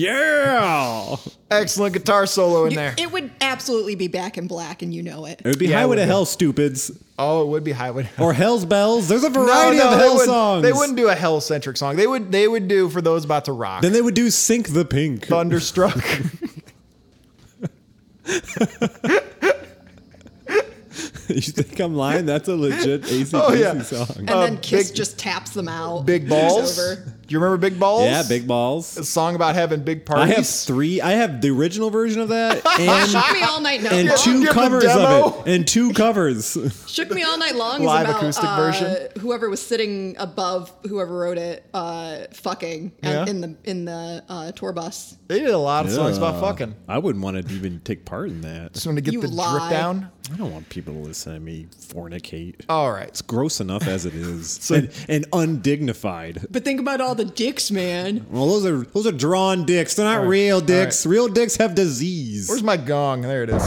Speaker 3: yeah,
Speaker 4: Excellent guitar solo in
Speaker 5: You-
Speaker 4: there.
Speaker 5: It would absolutely be back in black, and you know it.
Speaker 3: it would be
Speaker 4: Yeah, it
Speaker 3: Highway
Speaker 4: would
Speaker 3: to
Speaker 4: be.
Speaker 3: Hell, stupids,
Speaker 4: oh, it would be high. Would
Speaker 3: or Hell's Bells. There's a
Speaker 4: No,
Speaker 3: variety
Speaker 4: no,
Speaker 3: of
Speaker 4: they
Speaker 3: Hell
Speaker 4: wouldn't-
Speaker 3: songs.
Speaker 4: They wouldn't do a hell centric song. They would. They would do for those about to rock.
Speaker 3: Then they would do "Sink the Pink."
Speaker 4: Thunderstruck.
Speaker 3: you think I'm lying? That's a legit ACDC
Speaker 4: Oh, yeah. Uh,
Speaker 3: song.
Speaker 5: And then Kiss just taps them out.
Speaker 4: Big
Speaker 5: It's
Speaker 4: balls.
Speaker 5: over.
Speaker 4: Do you remember big balls?
Speaker 3: yeah, big balls.
Speaker 4: A song about having big
Speaker 3: I
Speaker 4: parties.
Speaker 3: have three. I have the original version of that, and
Speaker 5: Shook me all night long.
Speaker 3: and
Speaker 4: Give
Speaker 3: two
Speaker 4: the
Speaker 3: covers
Speaker 4: demo.
Speaker 3: of it, and two covers.
Speaker 5: Shook me all night long. is
Speaker 4: Live
Speaker 5: about,
Speaker 4: acoustic
Speaker 5: uh,
Speaker 4: version.
Speaker 5: Whoever was sitting above whoever wrote it, uh, fucking
Speaker 4: Yeah.
Speaker 5: and in the in the uh, tour bus.
Speaker 4: They did a lot of songs about
Speaker 3: Ugh.
Speaker 4: fucking.
Speaker 3: I wouldn't want to even take part in that.
Speaker 4: Just want to get
Speaker 5: You
Speaker 4: the drip
Speaker 5: lie.
Speaker 4: down.
Speaker 3: I don't want people to listen to me fornicate.
Speaker 4: All right.
Speaker 3: It's gross enough as it is, and, and undignified.
Speaker 5: But think about all the dicks, man.
Speaker 3: Well, those are those are drawn dicks. They're not real dicks. Real dicks have disease.
Speaker 4: Where's my gong? There it is.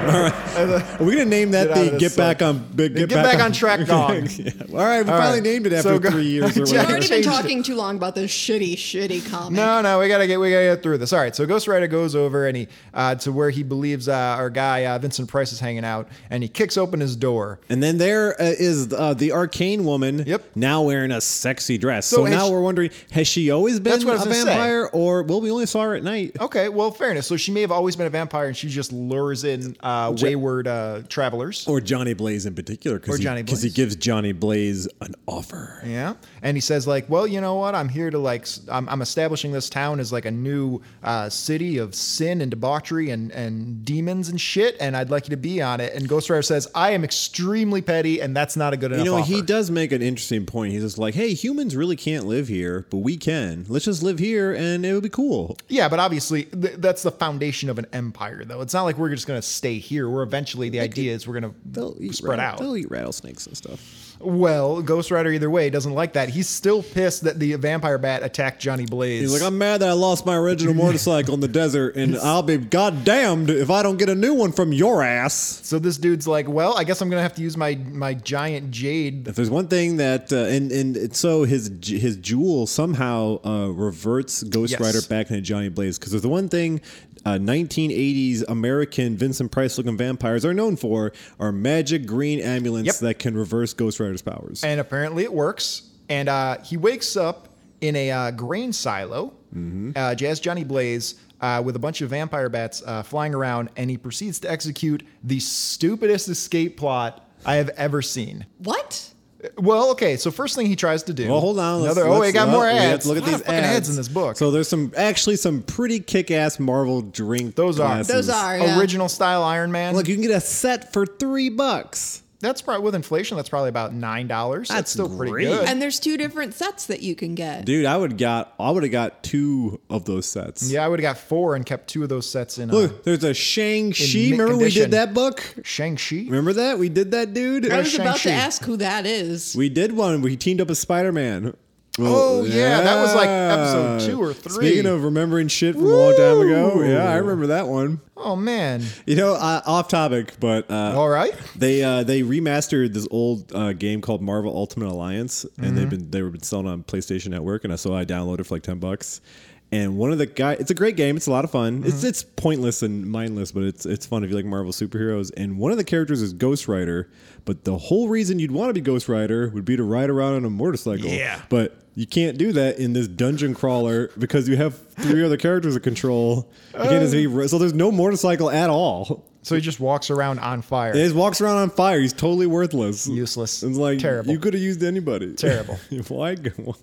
Speaker 3: are we gonna name that
Speaker 4: Get out of
Speaker 3: the
Speaker 4: this
Speaker 3: "Get Back
Speaker 4: song.
Speaker 3: on Big Get,
Speaker 4: Get Back on Track gong.
Speaker 3: Yeah. All right, we
Speaker 4: All
Speaker 3: finally
Speaker 4: right.
Speaker 3: named it
Speaker 4: So
Speaker 3: after
Speaker 4: go-
Speaker 3: three years
Speaker 4: Jack-
Speaker 3: or
Speaker 5: We've
Speaker 3: whatever.
Speaker 5: already been
Speaker 4: Changed it.
Speaker 5: talking too long about this shitty, shitty comic.
Speaker 4: No, no, we gotta get we gotta get through this. All right, so Ghost Rider goes over and he uh, to where he believes uh, our guy uh, Vincent Price is hanging out, and he kicks open his door.
Speaker 3: And then there uh, is uh, the arcane woman.
Speaker 4: Yep.
Speaker 3: Now wearing a sexy dress.
Speaker 4: So
Speaker 3: So,
Speaker 4: and
Speaker 3: now
Speaker 4: she-
Speaker 3: we're we're wondering, has she always been
Speaker 4: That's what I was
Speaker 3: a
Speaker 4: gonna say. Oh.
Speaker 3: vampire, or well, we only saw her at night?
Speaker 4: Okay, well, fairness. So she may have always been a vampire, and she just lures in uh, wayward uh, travelers.
Speaker 3: Or Johnny Blaze in particular,
Speaker 4: Or
Speaker 3: because he,
Speaker 4: Johnny
Speaker 3: 'cause he
Speaker 4: Blaze.
Speaker 3: gives Johnny Blaze an offer.
Speaker 4: Yeah, and he says like, well, you know what? I'm here to like, s- I'm, I'm establishing this town as like a new uh, city of sin and debauchery and and demons and shit, and I'd like you to be on it. And Ghost Rider says, I am extremely petty, and that's not a good enough.
Speaker 3: You know, he
Speaker 4: offer."
Speaker 3: does make an interesting point. He's just like, hey, humans really can't live here, but we can. Let's just live here and it'll be cool.
Speaker 4: Yeah, but obviously th- that's the foundation of an empire, though. It's not like we're just going to stay here. We're eventually the idea is we're
Speaker 3: They'll
Speaker 4: going to
Speaker 3: eat
Speaker 4: spread
Speaker 3: rat-
Speaker 4: out.
Speaker 3: They'll eat rattlesnakes and stuff.
Speaker 4: Well, Ghost Rider either way doesn't like that. He's still pissed that the vampire bat attacked Johnny Blaze.
Speaker 3: He's like, I'm mad that I lost my original motorcycle in the desert, and I'll be goddamned if I don't get a new one from your ass.
Speaker 4: so this dude's like, well, I guess I'm gonna have to use my my giant jade.
Speaker 3: If there's one thing that, uh, and and it's so his j- his jewel somehow uh, reverts Ghost
Speaker 4: Yes.
Speaker 3: Rider back into Johnny Blaze because there's the one thing uh, 1980s American Vincent Price looking vampires are known for are magic green amulets
Speaker 4: Yep.
Speaker 3: that can reverse Ghost Rider's powers.
Speaker 4: And apparently it works. And uh, he wakes up in a uh, grain silo,
Speaker 3: Mm-hmm.
Speaker 4: uh, Jazz Johnny Blaze, uh, with a bunch of vampire bats uh, flying around, and he proceeds to execute the stupidest escape plot I have ever seen.
Speaker 5: What?
Speaker 4: Well, okay, so first thing he tries to do.
Speaker 3: well, hold on. let's-
Speaker 4: Another, oh, we
Speaker 3: let's-
Speaker 4: got more
Speaker 3: we have to
Speaker 4: ads.
Speaker 3: Look at
Speaker 4: A lot of
Speaker 3: these
Speaker 4: fucking
Speaker 3: ads.
Speaker 4: in this book.
Speaker 3: So there's some actually some pretty kick-ass Marvel drink.
Speaker 4: Those are.
Speaker 3: glasses.
Speaker 5: Those are. Oh, yeah.
Speaker 4: original style Iron Man.
Speaker 3: Look, you can get a set for three bucks.
Speaker 4: That's probably with inflation. That's probably about nine dollars. That's,
Speaker 3: That's
Speaker 4: still pretty
Speaker 3: great.
Speaker 4: good.
Speaker 5: And there's two different sets that you can get.
Speaker 3: Dude, I would got I would have got two of those sets.
Speaker 4: yeah, I would have got four and kept two of those sets in. Uh,
Speaker 3: Look, there's a Shang-Chi.
Speaker 4: mint
Speaker 3: Remember we
Speaker 4: condition.
Speaker 3: did that book?
Speaker 4: Shang Chi.
Speaker 3: Remember that? We did that, dude.
Speaker 5: I was about to
Speaker 4: Shang-Chi.
Speaker 5: ask who that is.
Speaker 3: We did one. We teamed up with Spider-Man.
Speaker 4: Oh, yeah, that was like episode
Speaker 3: yeah.
Speaker 4: two or three.
Speaker 3: Speaking of remembering shit from a long time ago,
Speaker 4: Woo.
Speaker 3: yeah, I remember that one.
Speaker 4: Oh man.
Speaker 3: You know, uh, off topic, but uh,
Speaker 4: All right.
Speaker 3: They uh, they remastered this old uh, game called Marvel Ultimate Alliance, and they've been they were been selling on PlayStation Network, and I so I downloaded it for like ten bucks. And one of the guy, it's a great game. It's a lot of fun. It's it's pointless and mindless, but it's it's fun if you like Marvel superheroes. And one of the characters is Ghost Rider, but the whole reason you'd want to be Ghost Rider would be to ride around on a motorcycle.
Speaker 4: Yeah.
Speaker 3: But you can't do that in this dungeon crawler because you have three other characters to control. You can't just be, so there's no motorcycle at all.
Speaker 4: So he just walks around on fire.
Speaker 3: He just walks around on fire. He's totally worthless.
Speaker 4: Useless.
Speaker 3: It's like
Speaker 4: Terrible.
Speaker 3: You could have used anybody.
Speaker 4: Terrible.
Speaker 3: why? Why?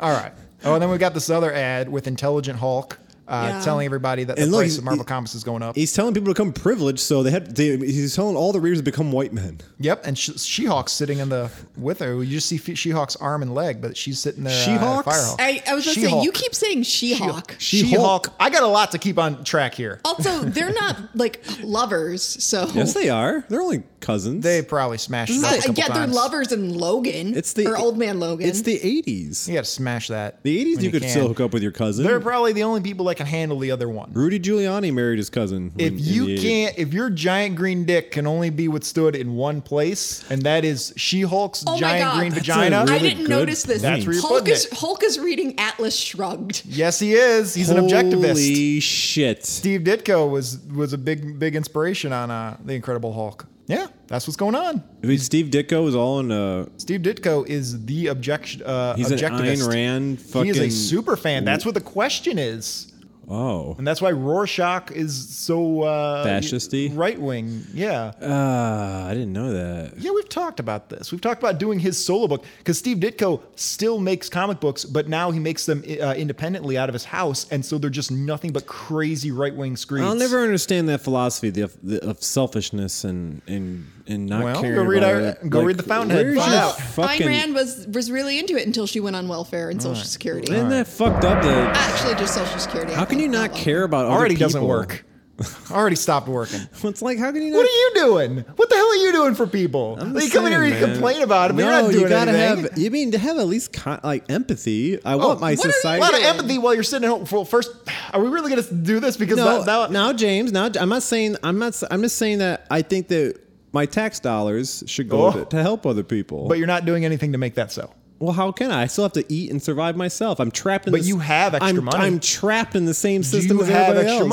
Speaker 4: All right. Oh, and then we got this other ad with Intelligent Hulk uh,
Speaker 5: Yeah.
Speaker 4: telling everybody that the
Speaker 3: And look,
Speaker 4: price
Speaker 3: he's-
Speaker 4: of Marvel
Speaker 3: he-
Speaker 4: Comics is going up.
Speaker 3: He's telling people to become privileged, so they had. They, he's telling all the readers to become white men.
Speaker 4: Yep, and She Hawk's sitting in the with her. You just see She Hawk's arm and leg, but she's sitting there.
Speaker 3: She-Hawk's?
Speaker 4: Uh, Firehawk.
Speaker 5: I, I was going to say,
Speaker 4: She-Hulk.
Speaker 5: you keep saying She-Hawk.
Speaker 4: She Hulk. I got a lot to keep on track here.
Speaker 5: also, they're not like lovers, so
Speaker 3: Yes, they are. They're only cousins.
Speaker 4: They probably smashed it up
Speaker 5: I
Speaker 4: a couple
Speaker 5: yeah, they're
Speaker 4: times.
Speaker 5: lovers in Logan.
Speaker 3: It's the
Speaker 5: or old man Logan.
Speaker 3: It's the eighties.
Speaker 4: You got to smash that.
Speaker 3: The eighties,
Speaker 4: when
Speaker 3: you could
Speaker 4: can.
Speaker 3: still hook up with your cousin.
Speaker 4: They're probably the only people that can handle the other one.
Speaker 3: Rudy Giuliani married his cousin.
Speaker 4: If
Speaker 3: in- in the
Speaker 4: you
Speaker 3: 80s.
Speaker 4: can't, if your giant green dick can only be withstood in one place, and that is She Hulk's
Speaker 5: Oh my
Speaker 4: giant
Speaker 5: God.
Speaker 4: green
Speaker 5: That's
Speaker 3: a
Speaker 4: vagina.
Speaker 5: I
Speaker 3: really
Speaker 5: didn't
Speaker 3: good
Speaker 5: notice this.
Speaker 3: That's
Speaker 4: where you're
Speaker 5: Hulk
Speaker 4: putting
Speaker 5: is
Speaker 4: it.
Speaker 5: Hulk is reading Atlas Shrugged.
Speaker 4: yes, he is. He's an objectivist.
Speaker 3: Holy shit!
Speaker 4: Steve Ditko was was a big big inspiration on uh, the Incredible Hulk. Yeah, that's what's going on.
Speaker 3: I mean, Steve Ditko is all in. Uh,
Speaker 4: Steve Ditko is the objection. Uh,
Speaker 3: he's an
Speaker 4: objectivist.
Speaker 3: Ayn Rand. Fucking.
Speaker 4: he is a super fan. That's what the question is.
Speaker 3: Oh.
Speaker 4: And that's why Rorschach is so uh,
Speaker 3: Fascisty?
Speaker 4: right wing. Yeah,
Speaker 3: Uh, I didn't know that.
Speaker 4: yeah. We've talked about this. We've talked about doing his solo book because Steve Ditko still makes comic books, but now he makes them uh, independently out of his house, and so they're just nothing but crazy right wing screeds.
Speaker 3: I'll never understand that philosophy the, the, of selfishness and and and not
Speaker 4: Well,
Speaker 3: caring.
Speaker 4: go read
Speaker 3: about
Speaker 4: our-
Speaker 3: it.
Speaker 4: go read the Fountainhead.
Speaker 3: where's
Speaker 4: Find
Speaker 3: your
Speaker 4: out.
Speaker 5: Ayn
Speaker 3: Fucking,
Speaker 5: Rand was was really into it until she went on welfare and Social Security.
Speaker 3: isn't that fucked up? That
Speaker 5: Actually, just Social Security. I
Speaker 3: how can
Speaker 5: think,
Speaker 3: you not
Speaker 5: welfare.
Speaker 3: care about other
Speaker 4: Already doesn't
Speaker 3: people?
Speaker 4: work. Already stopped working.
Speaker 3: It's like how can you not?
Speaker 4: What are you doing? What the hell are you doing for people?
Speaker 3: I'm
Speaker 4: you
Speaker 3: just
Speaker 4: come in here
Speaker 3: saying,
Speaker 4: and you
Speaker 3: man.
Speaker 4: complain about it, but
Speaker 3: no,
Speaker 4: you're not doing
Speaker 3: you gotta
Speaker 4: anything. Oh,
Speaker 3: have. You mean to have at least con- like empathy? I want my
Speaker 4: what are you-
Speaker 3: society.
Speaker 4: A lot of empathy while you're sitting at home. Well, first, are we really going to do this? Because
Speaker 3: no,
Speaker 4: that, that,
Speaker 3: now James, now I'm not saying I'm not. s- I'm just saying that I think that my tax dollars should go
Speaker 4: Oh.
Speaker 3: to, to help other people.
Speaker 4: but you're not doing anything to make that so.
Speaker 3: well, how can I? I still have to eat and survive myself. I'm trapped in.
Speaker 4: But
Speaker 3: this,
Speaker 4: you have extra
Speaker 3: I'm,
Speaker 4: money.
Speaker 3: I'm trapped in the same system.
Speaker 4: you
Speaker 3: as
Speaker 4: have
Speaker 3: everybody
Speaker 4: extra
Speaker 3: else.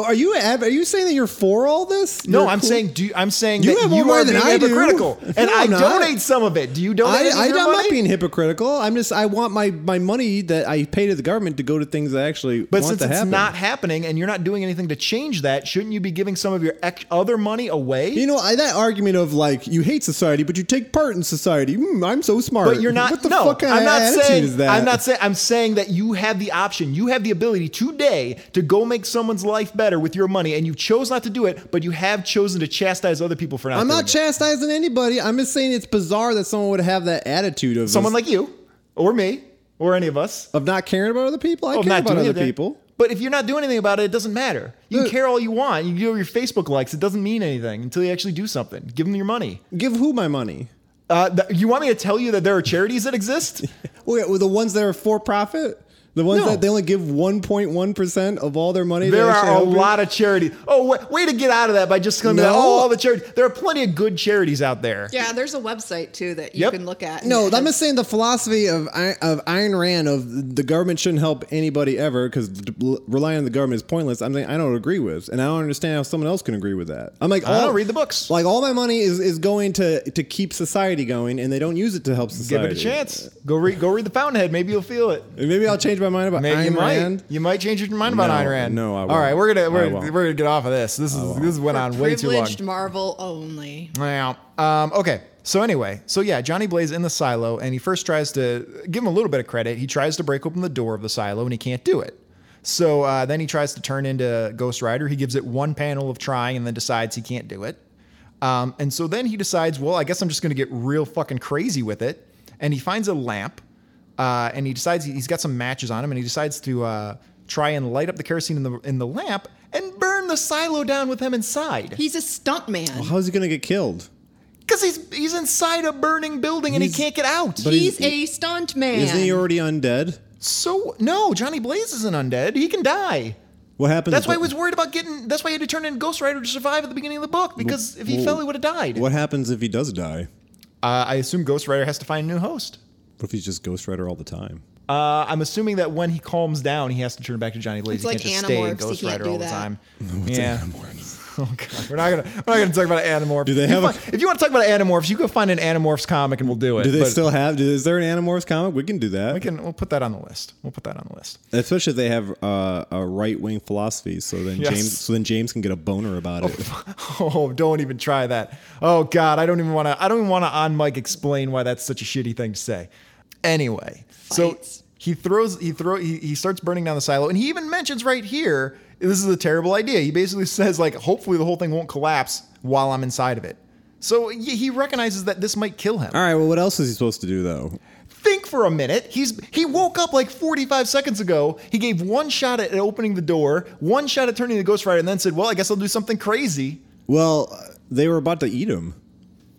Speaker 4: money?
Speaker 3: Are you? Ad- Are you saying that you're for all this?
Speaker 4: No,
Speaker 3: You're
Speaker 4: I'm
Speaker 3: cool?
Speaker 4: saying do you, I'm saying
Speaker 3: You
Speaker 4: that
Speaker 3: have
Speaker 4: you
Speaker 3: more
Speaker 4: are
Speaker 3: than
Speaker 4: being
Speaker 3: I do.
Speaker 4: hypocritical, and
Speaker 3: No,
Speaker 4: I
Speaker 3: I'm not.
Speaker 4: donate some of it. Do you donate
Speaker 3: I,
Speaker 4: any of
Speaker 3: I,
Speaker 4: your
Speaker 3: am not
Speaker 4: money?
Speaker 3: being hypocritical. I'm just I want my, my money that I pay to the government to go to things that I actually
Speaker 4: But
Speaker 3: want
Speaker 4: since
Speaker 3: to
Speaker 4: it's
Speaker 3: happen.
Speaker 4: not happening and you're not doing anything to change that, shouldn't you be giving some of your ex- other money away?
Speaker 3: you know I, that argument of like you hate society but you take part in society. Mm, I'm so smart.
Speaker 4: but you're not.
Speaker 3: What the
Speaker 4: no,
Speaker 3: fuck kind
Speaker 4: I'm
Speaker 3: of
Speaker 4: not
Speaker 3: attitude
Speaker 4: saying.
Speaker 3: is that?
Speaker 4: I'm not saying. I'm saying that you have the option. You have the ability today to go make someone's life better with your money, and you chose not to do it. But you have chosen to chastise other people for not.
Speaker 3: I'm
Speaker 4: doing
Speaker 3: not
Speaker 4: it.
Speaker 3: chastising anybody. I'm just saying it's bizarre that someone would have that attitude of
Speaker 4: someone like you, or me, or any of us.
Speaker 3: of not caring about other people. I
Speaker 4: of
Speaker 3: care
Speaker 4: Oh, not
Speaker 3: about
Speaker 4: doing
Speaker 3: other
Speaker 4: anything.
Speaker 3: people.
Speaker 4: But if you're not doing anything about it, it doesn't matter. You can
Speaker 3: Look-
Speaker 4: care all you want. You do your Facebook likes. It doesn't mean anything until you actually do something. Give them your money.
Speaker 3: Give who my money?
Speaker 4: Uh, th- you want me to tell you that there are charities that exist?
Speaker 3: Well, yeah, well, the ones that are for profit, the ones
Speaker 4: No.
Speaker 3: that they only give 1.1 percent of all their money.
Speaker 4: There
Speaker 3: to
Speaker 4: are
Speaker 3: actually
Speaker 4: a
Speaker 3: help you?
Speaker 4: lot of charities. Oh, wa- way to get out of that by just coming
Speaker 3: No.
Speaker 4: out. Oh, all the charities. There are plenty of good charities out there.
Speaker 5: Yeah, there's a website too that you
Speaker 4: Yep.
Speaker 5: can look at.
Speaker 3: No,
Speaker 5: And
Speaker 3: I'm
Speaker 5: it
Speaker 3: just saying the philosophy of I- of Ayn Rand of the government shouldn't help anybody ever because relying on the government is pointless. I'm saying I don't agree with, and I don't understand how someone else can agree with that. I'm like,
Speaker 4: I
Speaker 3: all-
Speaker 4: don't read the books.
Speaker 3: Like all my money is, is going to to keep society going, and they don't use it to help
Speaker 4: Give
Speaker 3: society.
Speaker 4: it a chance. Go read. Go read the Fountainhead. Maybe you'll feel it.
Speaker 3: And maybe I'll change my mind about
Speaker 4: Maybe you
Speaker 3: Ayn
Speaker 4: might.
Speaker 3: Rand.
Speaker 4: You might change your mind about
Speaker 3: No,
Speaker 4: Ayn Rand.
Speaker 3: no, I
Speaker 4: All right,
Speaker 3: won't.
Speaker 4: we're gonna
Speaker 3: I
Speaker 4: we're,
Speaker 3: won't.
Speaker 4: we're gonna get off of this. This is this went on
Speaker 5: for
Speaker 4: way too long.
Speaker 5: Privileged Marvel only.
Speaker 4: Wow. Um, okay. So anyway, so yeah, Johnny Blaze in the silo, and he first tries to give him a little bit of credit. He tries to break open the door of the silo, and he can't do it. So uh, then he tries to turn into Ghost Rider. He gives it one panel of trying, and then decides he can't do it. Um, and so then he decides, well, I guess I'm just going to get real fucking crazy with it. And he finds a lamp, uh, and he decides he's got some matches on him, and he decides to uh, try and light up the kerosene in the in the lamp and burn the silo down with him inside.
Speaker 5: He's a stunt man.
Speaker 3: How's he gonna get killed?
Speaker 4: Because he's he's inside a burning building and he
Speaker 3: He's-
Speaker 4: can't get out.
Speaker 3: but
Speaker 5: he's,
Speaker 3: he's-
Speaker 5: a stunt man.
Speaker 3: Isn't he already undead?
Speaker 4: so no, Johnny Blaze isn't undead. He can die.
Speaker 3: What happens?
Speaker 4: That's
Speaker 3: if-
Speaker 4: why he was worried about getting. That's why he had to turn in Ghost Rider to survive at the beginning of the book. Because if he
Speaker 3: well,
Speaker 4: fell, he would have died.
Speaker 3: What happens if he does die?
Speaker 4: Uh, I assume Ghost Rider has to find a new host.
Speaker 3: What if he's just Ghost Rider all the time?
Speaker 4: Uh, I'm assuming that when he calms down, he has to turn back to Johnny Blaze.
Speaker 5: It's
Speaker 4: he
Speaker 5: like
Speaker 4: can't just stay in
Speaker 5: Animorphs, he
Speaker 4: Ghost
Speaker 5: can't
Speaker 4: Rider
Speaker 5: do
Speaker 4: all the
Speaker 5: that.
Speaker 4: time. yeah.
Speaker 3: Animorphs?
Speaker 4: Oh god, we're not gonna we're not gonna talk about animorphs.
Speaker 3: Do they
Speaker 4: You
Speaker 3: have a-
Speaker 4: fi- if you want to talk about animorphs, you go find an animorphs comic and we'll do it.
Speaker 3: Do they
Speaker 4: But
Speaker 3: still have? Is there an Animorphs comic? We can do that.
Speaker 4: We can. We'll put that on the list. We'll put that on the list.
Speaker 3: Especially if they have uh, a right wing philosophy, so then
Speaker 4: Yes.
Speaker 3: James, so then James can get a boner about it.
Speaker 4: Oh, don't even try that. Oh God, I don't even want to. I don't even want to on mic explain why that's such a shitty thing to say. Anyway, so
Speaker 5: Fights.
Speaker 4: he throws. He throw. He, he starts burning down the silo, and he even mentions right here. This is a terrible idea. He basically says like, hopefully the whole thing won't collapse while I'm inside of it. So he he recognizes that this might kill him.
Speaker 3: All right, well, what else is he supposed to do though?
Speaker 4: Think for a minute. He's he woke up like 45 seconds ago. He gave one shot at opening the door, one shot at turning the Ghost Rider, and then said, "Well, I guess I'll do something crazy."
Speaker 3: Well, uh, they were about to eat him.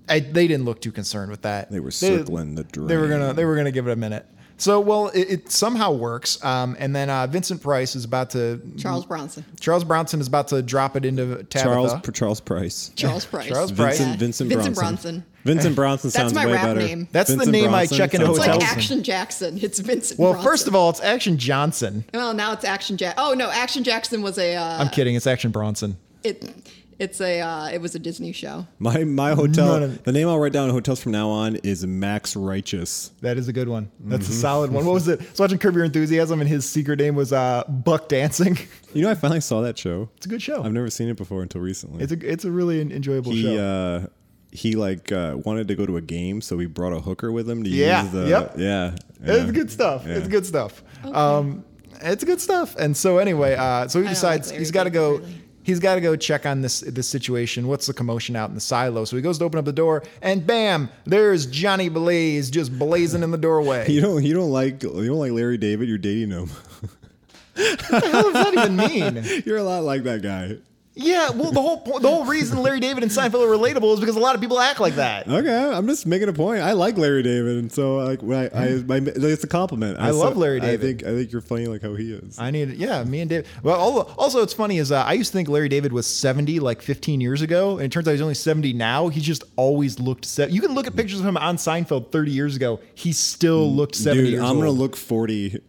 Speaker 4: I, they didn't look too concerned with that.
Speaker 3: They were circling the drain.
Speaker 4: They were gonna they were gonna give it a minute. So well, it, it somehow works. Um, and then uh, Vincent Price is about to
Speaker 5: Charles Bronson.
Speaker 4: Charles Bronson is about to drop it into Tabitha.
Speaker 3: Charles Charles Price.
Speaker 5: Charles Price.
Speaker 4: Charles Price.
Speaker 3: Vincent
Speaker 5: Yeah.
Speaker 3: Vincent, Bronson.
Speaker 5: Vincent Bronson.
Speaker 3: Vincent Bronson
Speaker 5: That's
Speaker 3: sounds
Speaker 5: my
Speaker 3: way
Speaker 5: rap
Speaker 3: better.
Speaker 5: name.
Speaker 4: That's the
Speaker 3: Vincent
Speaker 4: name I
Speaker 3: Bronson
Speaker 4: check into
Speaker 3: sounds
Speaker 5: It's
Speaker 3: way
Speaker 5: like
Speaker 4: hotels.
Speaker 3: better.
Speaker 5: Action Jackson. It's Vincent.
Speaker 4: well,
Speaker 5: Bronson.
Speaker 4: first of all, it's Action Johnson.
Speaker 5: well, now it's Action Jack. Oh no, Action Jackson was a. Uh,
Speaker 4: I'm kidding. It's Action Bronson.
Speaker 5: it, it's a. Uh, it was a Disney show.
Speaker 3: My my
Speaker 4: None
Speaker 3: hotel.
Speaker 4: of-
Speaker 3: The name I'll write down in hotels from now on is Max Righteous.
Speaker 4: That is a good one. That's
Speaker 3: Mm-hmm.
Speaker 4: a solid one. What was it? I was watching Curb Your Enthusiasm, and his secret name was uh, Buck Dancing.
Speaker 3: You know, I finally saw that show.
Speaker 4: It's a good show.
Speaker 3: I've never seen it before until recently.
Speaker 4: it's a it's a really en- enjoyable
Speaker 3: he
Speaker 4: show.
Speaker 3: uh he like uh, wanted to go to a game, so he brought a hooker with him to
Speaker 4: Yeah,
Speaker 3: use the
Speaker 4: yep.
Speaker 3: yeah.
Speaker 4: It's
Speaker 3: yeah.
Speaker 4: good stuff.
Speaker 3: Yeah.
Speaker 4: It's good stuff. Um, it's good stuff. And so anyway, uh, so he
Speaker 5: I don't
Speaker 4: decides
Speaker 5: like Larry
Speaker 4: he's got to
Speaker 5: David,
Speaker 4: go.
Speaker 5: really.
Speaker 4: He's got to go check on this this situation. What's the commotion out in the silo? So he goes to open up the door, and bam, there's Johnny Blaze just blazing in the doorway.
Speaker 3: You don't you don't like you don't like Larry David. You're dating him.
Speaker 4: what does that even mean?
Speaker 3: You're a lot like that guy.
Speaker 4: Yeah, well, the whole po- the whole reason Larry David and Seinfeld are relatable is because a lot of people act like that.
Speaker 3: Okay, I'm just making a point. I like Larry David, and so like when I, I my, it's a compliment.
Speaker 4: Mm. I love
Speaker 3: so-
Speaker 4: Larry
Speaker 3: I
Speaker 4: David.
Speaker 3: think I think you're funny like how he is.
Speaker 4: I need, yeah, me and David. Well, al- also, it's funny is uh, I used to think Larry David was 70 like 15 years ago, and it turns out he's only 70 now. He just always looked 70. You can look at pictures of him on Seinfeld 30 years ago. He still looked 70
Speaker 3: Mm, Dude,
Speaker 4: years
Speaker 3: I'm gonna
Speaker 4: old.
Speaker 3: look 40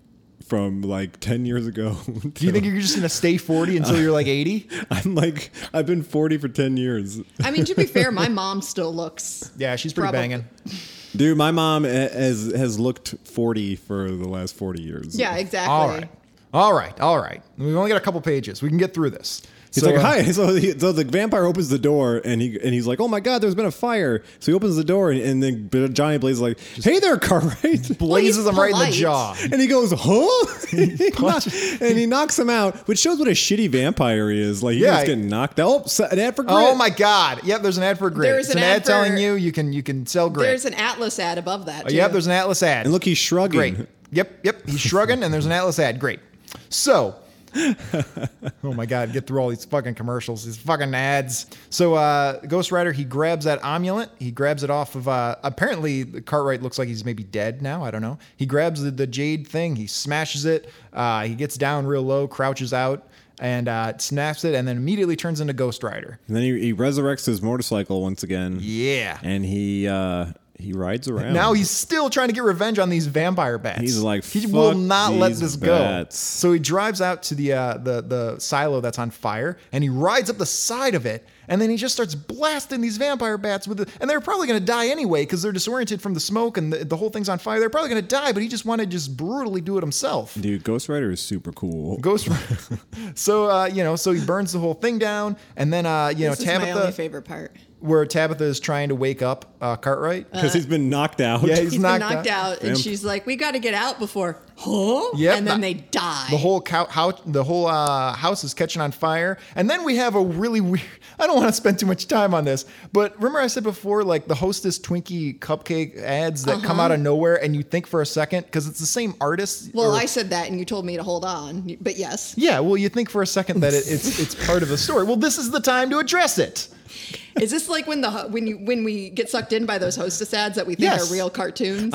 Speaker 3: from like 10 years ago.
Speaker 4: Do you think you're just going to stay 40 until you're like 80?
Speaker 3: I'm like I've been 40 for 10 years.
Speaker 5: I mean, to be fair, my mom still looks.
Speaker 4: Yeah, she's pretty
Speaker 5: Probably.
Speaker 4: banging.
Speaker 3: Dude, my mom ha- has has looked 40 for the last 40 years.
Speaker 5: Yeah, exactly.
Speaker 4: All right. All right. All right. We've only got a couple pages. We can get through this.
Speaker 3: He's
Speaker 4: So, uh,
Speaker 3: like, hi. So, he, so the vampire opens the door and he and he's like, oh my god, there's been a fire. So he opens the door and, and then Johnny Blaze is like, hey there, Cartwright.
Speaker 4: Blazes him
Speaker 5: Well,
Speaker 4: right
Speaker 5: he's
Speaker 4: in the
Speaker 5: polite.
Speaker 4: jaw.
Speaker 3: And he goes, huh? He knock- and he knocks him out, which shows what a shitty vampire he is. Like, he
Speaker 4: Yeah.
Speaker 3: just getting knocked out. Oh, so- an ad for grit.
Speaker 4: Oh my God! Yep, there's an ad for grit.
Speaker 5: There's
Speaker 4: it's
Speaker 5: an
Speaker 4: an,
Speaker 5: ad
Speaker 4: ad, telling
Speaker 5: for-
Speaker 4: you you can you can sell grit.
Speaker 5: There's an Atlas ad above that.
Speaker 4: Oh,
Speaker 5: Too.
Speaker 4: Yep, there's an Atlas ad.
Speaker 3: And look, he's shrugging.
Speaker 4: Great. Yep, yep. He's shrugging, and there's an Atlas ad. Great. So, oh my God, get through all these fucking commercials, these fucking ads. So, uh, Ghost Rider, he grabs that amulet. He grabs it off of, uh, apparently, Cartwright looks like he's maybe dead now. I don't know. He grabs the, the jade thing, he smashes it. Uh, he gets down real low, crouches out, and uh, snaps it, and then immediately turns into Ghost Rider.
Speaker 3: And then he, he resurrects his motorcycle once again.
Speaker 4: Yeah.
Speaker 3: And he uh, he rides around.
Speaker 4: Now he's still trying to get revenge on these vampire bats.
Speaker 3: He's like,
Speaker 4: he
Speaker 3: "Fuck
Speaker 4: will not let
Speaker 3: these
Speaker 4: this
Speaker 3: bats."
Speaker 4: go. So he drives out to the uh, the the silo that's on fire, and he rides up the side of it, and then he just starts blasting these vampire bats with, the, and they're probably going to die anyway because they're disoriented from the smoke and the, the whole thing's on fire. They're probably going to die, but he just wanted to just brutally do it himself.
Speaker 3: Dude, Ghost Rider is super cool.
Speaker 4: Ghost, so uh, you know, so he burns the whole thing down, and then uh, you
Speaker 5: This
Speaker 4: know
Speaker 5: is
Speaker 4: Tabitha,
Speaker 5: my only favorite part.
Speaker 4: where Tabitha is trying to wake up uh, Cartwright.
Speaker 3: Because he's been knocked out.
Speaker 4: Yeah,
Speaker 5: He's
Speaker 4: he's,
Speaker 5: been
Speaker 4: knocked,
Speaker 5: knocked
Speaker 4: out.
Speaker 5: out, and
Speaker 3: Damn.
Speaker 5: she's like, "We got to get out before." Huh?
Speaker 4: Yep.
Speaker 5: And then they die.
Speaker 4: The whole cow, how, the whole uh, house is catching on fire, and then we have a really weird. I don't want to spend too much time on this, but remember I said before, like the Hostess Twinkie cupcake ads that come out of nowhere, and you think for a second because it's the same artist.
Speaker 5: Uh-huh. well,
Speaker 4: or-
Speaker 5: I said that, and you told me to hold on, but yes.
Speaker 4: yeah, well, you think for a second that it, it's it's part of the story. Well, this is the time to address it.
Speaker 5: Is this like when the ho- when you when we get sucked in by those hostess ads that we think
Speaker 4: Yes.
Speaker 5: are real cartoons?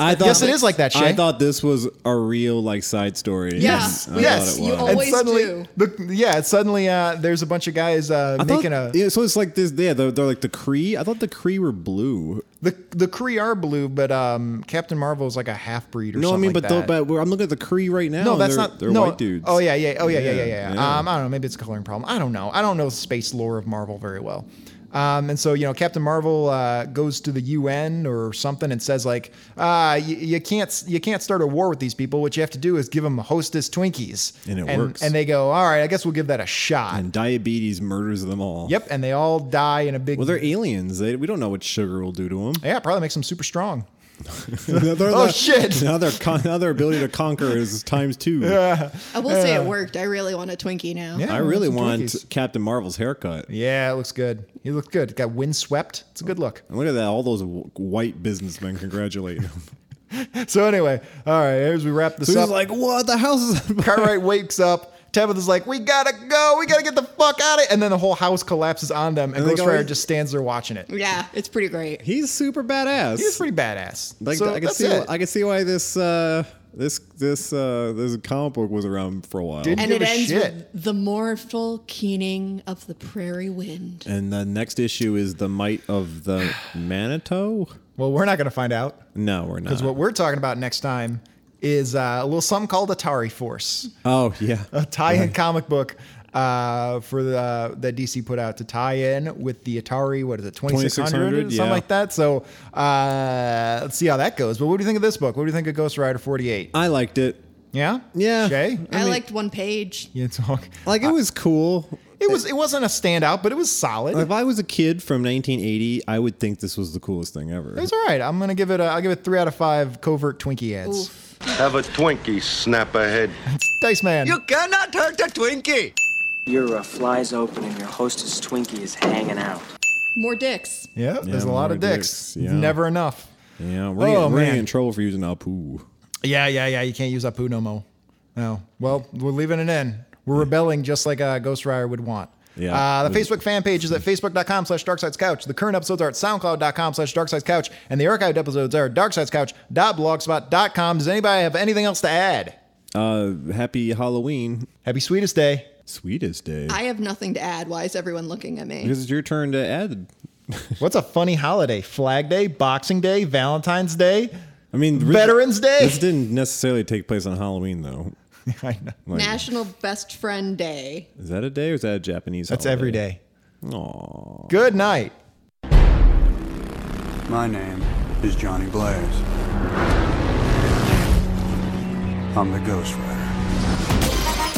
Speaker 3: I thought,
Speaker 4: Yes, it is like that, Shay.
Speaker 3: I thought this was a real like side story.
Speaker 5: Yes,
Speaker 3: I thought
Speaker 4: yes,
Speaker 3: it
Speaker 5: you
Speaker 3: was.
Speaker 5: always-
Speaker 4: and suddenly,
Speaker 5: do.
Speaker 4: The, yeah, suddenly uh, there's a bunch of guys uh,
Speaker 3: I thought-
Speaker 4: making a
Speaker 3: yeah, so it's like this. Yeah, they're, they're like the Cree. I thought the Cree were blue.
Speaker 4: the the Kree are blue, but um, Captain Marvel is like a half breed or
Speaker 3: No, I
Speaker 4: something.
Speaker 3: mean,
Speaker 4: like
Speaker 3: but,
Speaker 4: that.
Speaker 3: tho- but we're- I'm looking at the Cree right now.
Speaker 4: No,
Speaker 3: and
Speaker 4: that's
Speaker 3: they're,
Speaker 4: not.
Speaker 3: They're
Speaker 4: no.
Speaker 3: white dudes.
Speaker 4: Oh yeah, yeah, oh yeah, yeah,
Speaker 3: Yeah,
Speaker 4: yeah, yeah.
Speaker 3: yeah.
Speaker 4: Um, I don't know. Maybe it's a coloring problem. I don't know. I don't know space lore of Marvel very well. Um, and so you know, Captain Marvel uh, goes to the UN or something and says like, uh, you, you can't you can't start a war with these people. What you have to do is give them hostess Twinkies,
Speaker 3: And it
Speaker 4: and,
Speaker 3: works.
Speaker 4: And they go, all right, I guess we'll give that a shot.
Speaker 3: And diabetes murders them all.
Speaker 4: yep, and they all die in a big.
Speaker 3: Well, they're aliens. They, we don't know what sugar will do to them.
Speaker 4: yeah, probably makes them super strong.
Speaker 3: oh
Speaker 4: shit.
Speaker 3: Now their con- now their ability to conquer is times two.
Speaker 5: I will say it worked. I really want a Twinkie now.
Speaker 4: Yeah,
Speaker 3: I really
Speaker 4: some
Speaker 3: want
Speaker 4: Twinkies.
Speaker 3: Captain Marvel's haircut.
Speaker 4: Yeah, it looks good. He looked good. Got windswept. It's a good look.
Speaker 3: And Look at that! All those w- white businessmen congratulating him.
Speaker 4: So anyway, all right. As we wrap this
Speaker 3: Oh. So
Speaker 4: up,
Speaker 3: he's like, "What the house is?" on fire?"
Speaker 4: Cartwright wakes up. Tabitha's like, "We gotta go. We gotta get the fuck out of." And then the whole house collapses on them, and,
Speaker 3: And they
Speaker 4: Ghost
Speaker 3: go-
Speaker 4: Rider just stands there watching it.
Speaker 5: Yeah, it's pretty great.
Speaker 3: He's super badass.
Speaker 4: He's pretty badass.
Speaker 3: Like
Speaker 4: so
Speaker 3: I can
Speaker 4: that's
Speaker 3: see,
Speaker 4: it.
Speaker 3: I can see why this uh, this this uh, this comic book was around for a while.
Speaker 4: Did-
Speaker 5: And
Speaker 4: give
Speaker 5: it
Speaker 4: a
Speaker 5: ends
Speaker 4: shit.
Speaker 5: with the mournful keening of the prairie wind.
Speaker 3: and the next issue is the might of the Manito.
Speaker 4: well, we're not gonna find out
Speaker 3: No, we're not.
Speaker 4: because what we're talking about next time is uh, a little something called Atari Force,
Speaker 3: oh yeah,
Speaker 4: a tie-in comic book uh, for the uh, that DC put out to tie in with the Atari. What is it, twenty six hundred,
Speaker 3: 2600,
Speaker 4: something
Speaker 3: yeah.
Speaker 4: like that. So uh, let's see how that goes. But what do you think of this book? What do you think of Ghost Rider forty eight?
Speaker 3: I liked it.
Speaker 4: Yeah,
Speaker 3: Yeah.
Speaker 4: Shay,
Speaker 5: I, liked one page.
Speaker 4: you talk.
Speaker 3: Like it was cool.
Speaker 4: It was. It wasn't a standout, but it was solid.
Speaker 3: If I was a kid from 1980, I would think this was the coolest thing ever.
Speaker 4: It was all right. I'm gonna give it. A, I'll give it three out of five covert Twinkie ads.
Speaker 5: Oof.
Speaker 2: Have a Twinkie, snap ahead.
Speaker 4: Dice man.
Speaker 6: cannot hurt a Twinkie.
Speaker 7: Your uh, fly's open and your hostess Twinkie is hanging out.
Speaker 5: More dicks.
Speaker 4: yeah, there's a
Speaker 3: Yeah,
Speaker 4: lot
Speaker 3: more
Speaker 4: of dicks.
Speaker 3: dicks, yeah.
Speaker 4: Never enough.
Speaker 3: Yeah, we're,
Speaker 4: Oh,
Speaker 3: getting, we're
Speaker 4: man.
Speaker 3: getting in trouble for using Apu.
Speaker 4: Yeah, yeah, yeah. You can't use Apu no more. No. Well, we're leaving it in. We're rebelling just like a Ghost Rider would want.
Speaker 3: Yeah.
Speaker 4: Uh, the Facebook fan page is at facebook.com slash darksidescouch. The current episodes are at soundcloud.com slash darksidescouch. And the archived episodes are at darksidescouch.blogspot.com. Does anybody have anything else to add?
Speaker 3: Uh, Happy Halloween.
Speaker 4: Happy Sweetest Day.
Speaker 3: Sweetest day.
Speaker 5: I have nothing to add. Why is everyone looking at me?
Speaker 3: because it's your turn to add.
Speaker 4: What's a funny holiday? Flag Day, Boxing Day, Valentine's Day.
Speaker 3: I mean, really-
Speaker 4: Veterans Day.
Speaker 3: This didn't necessarily take place on Halloween, though.
Speaker 4: I know.
Speaker 3: Like,
Speaker 5: National Best Friend Day.
Speaker 3: is that a day or is that a Japanese?
Speaker 4: That's
Speaker 3: holiday?
Speaker 4: every day.
Speaker 3: Aw.
Speaker 4: Good night.
Speaker 8: My name is Johnny Blaze. I'm the Ghost Rider.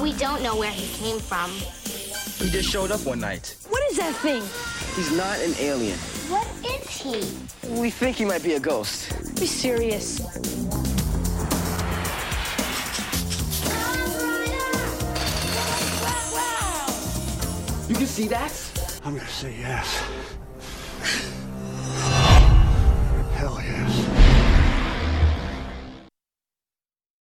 Speaker 9: We don't know where he came from.
Speaker 6: He just showed up one night.
Speaker 10: What is that thing?
Speaker 7: He's not an alien.
Speaker 9: What is he?
Speaker 7: We think he might be a ghost.
Speaker 10: Be serious.
Speaker 7: You can see that?
Speaker 8: I'm gonna say yes. Hell yes.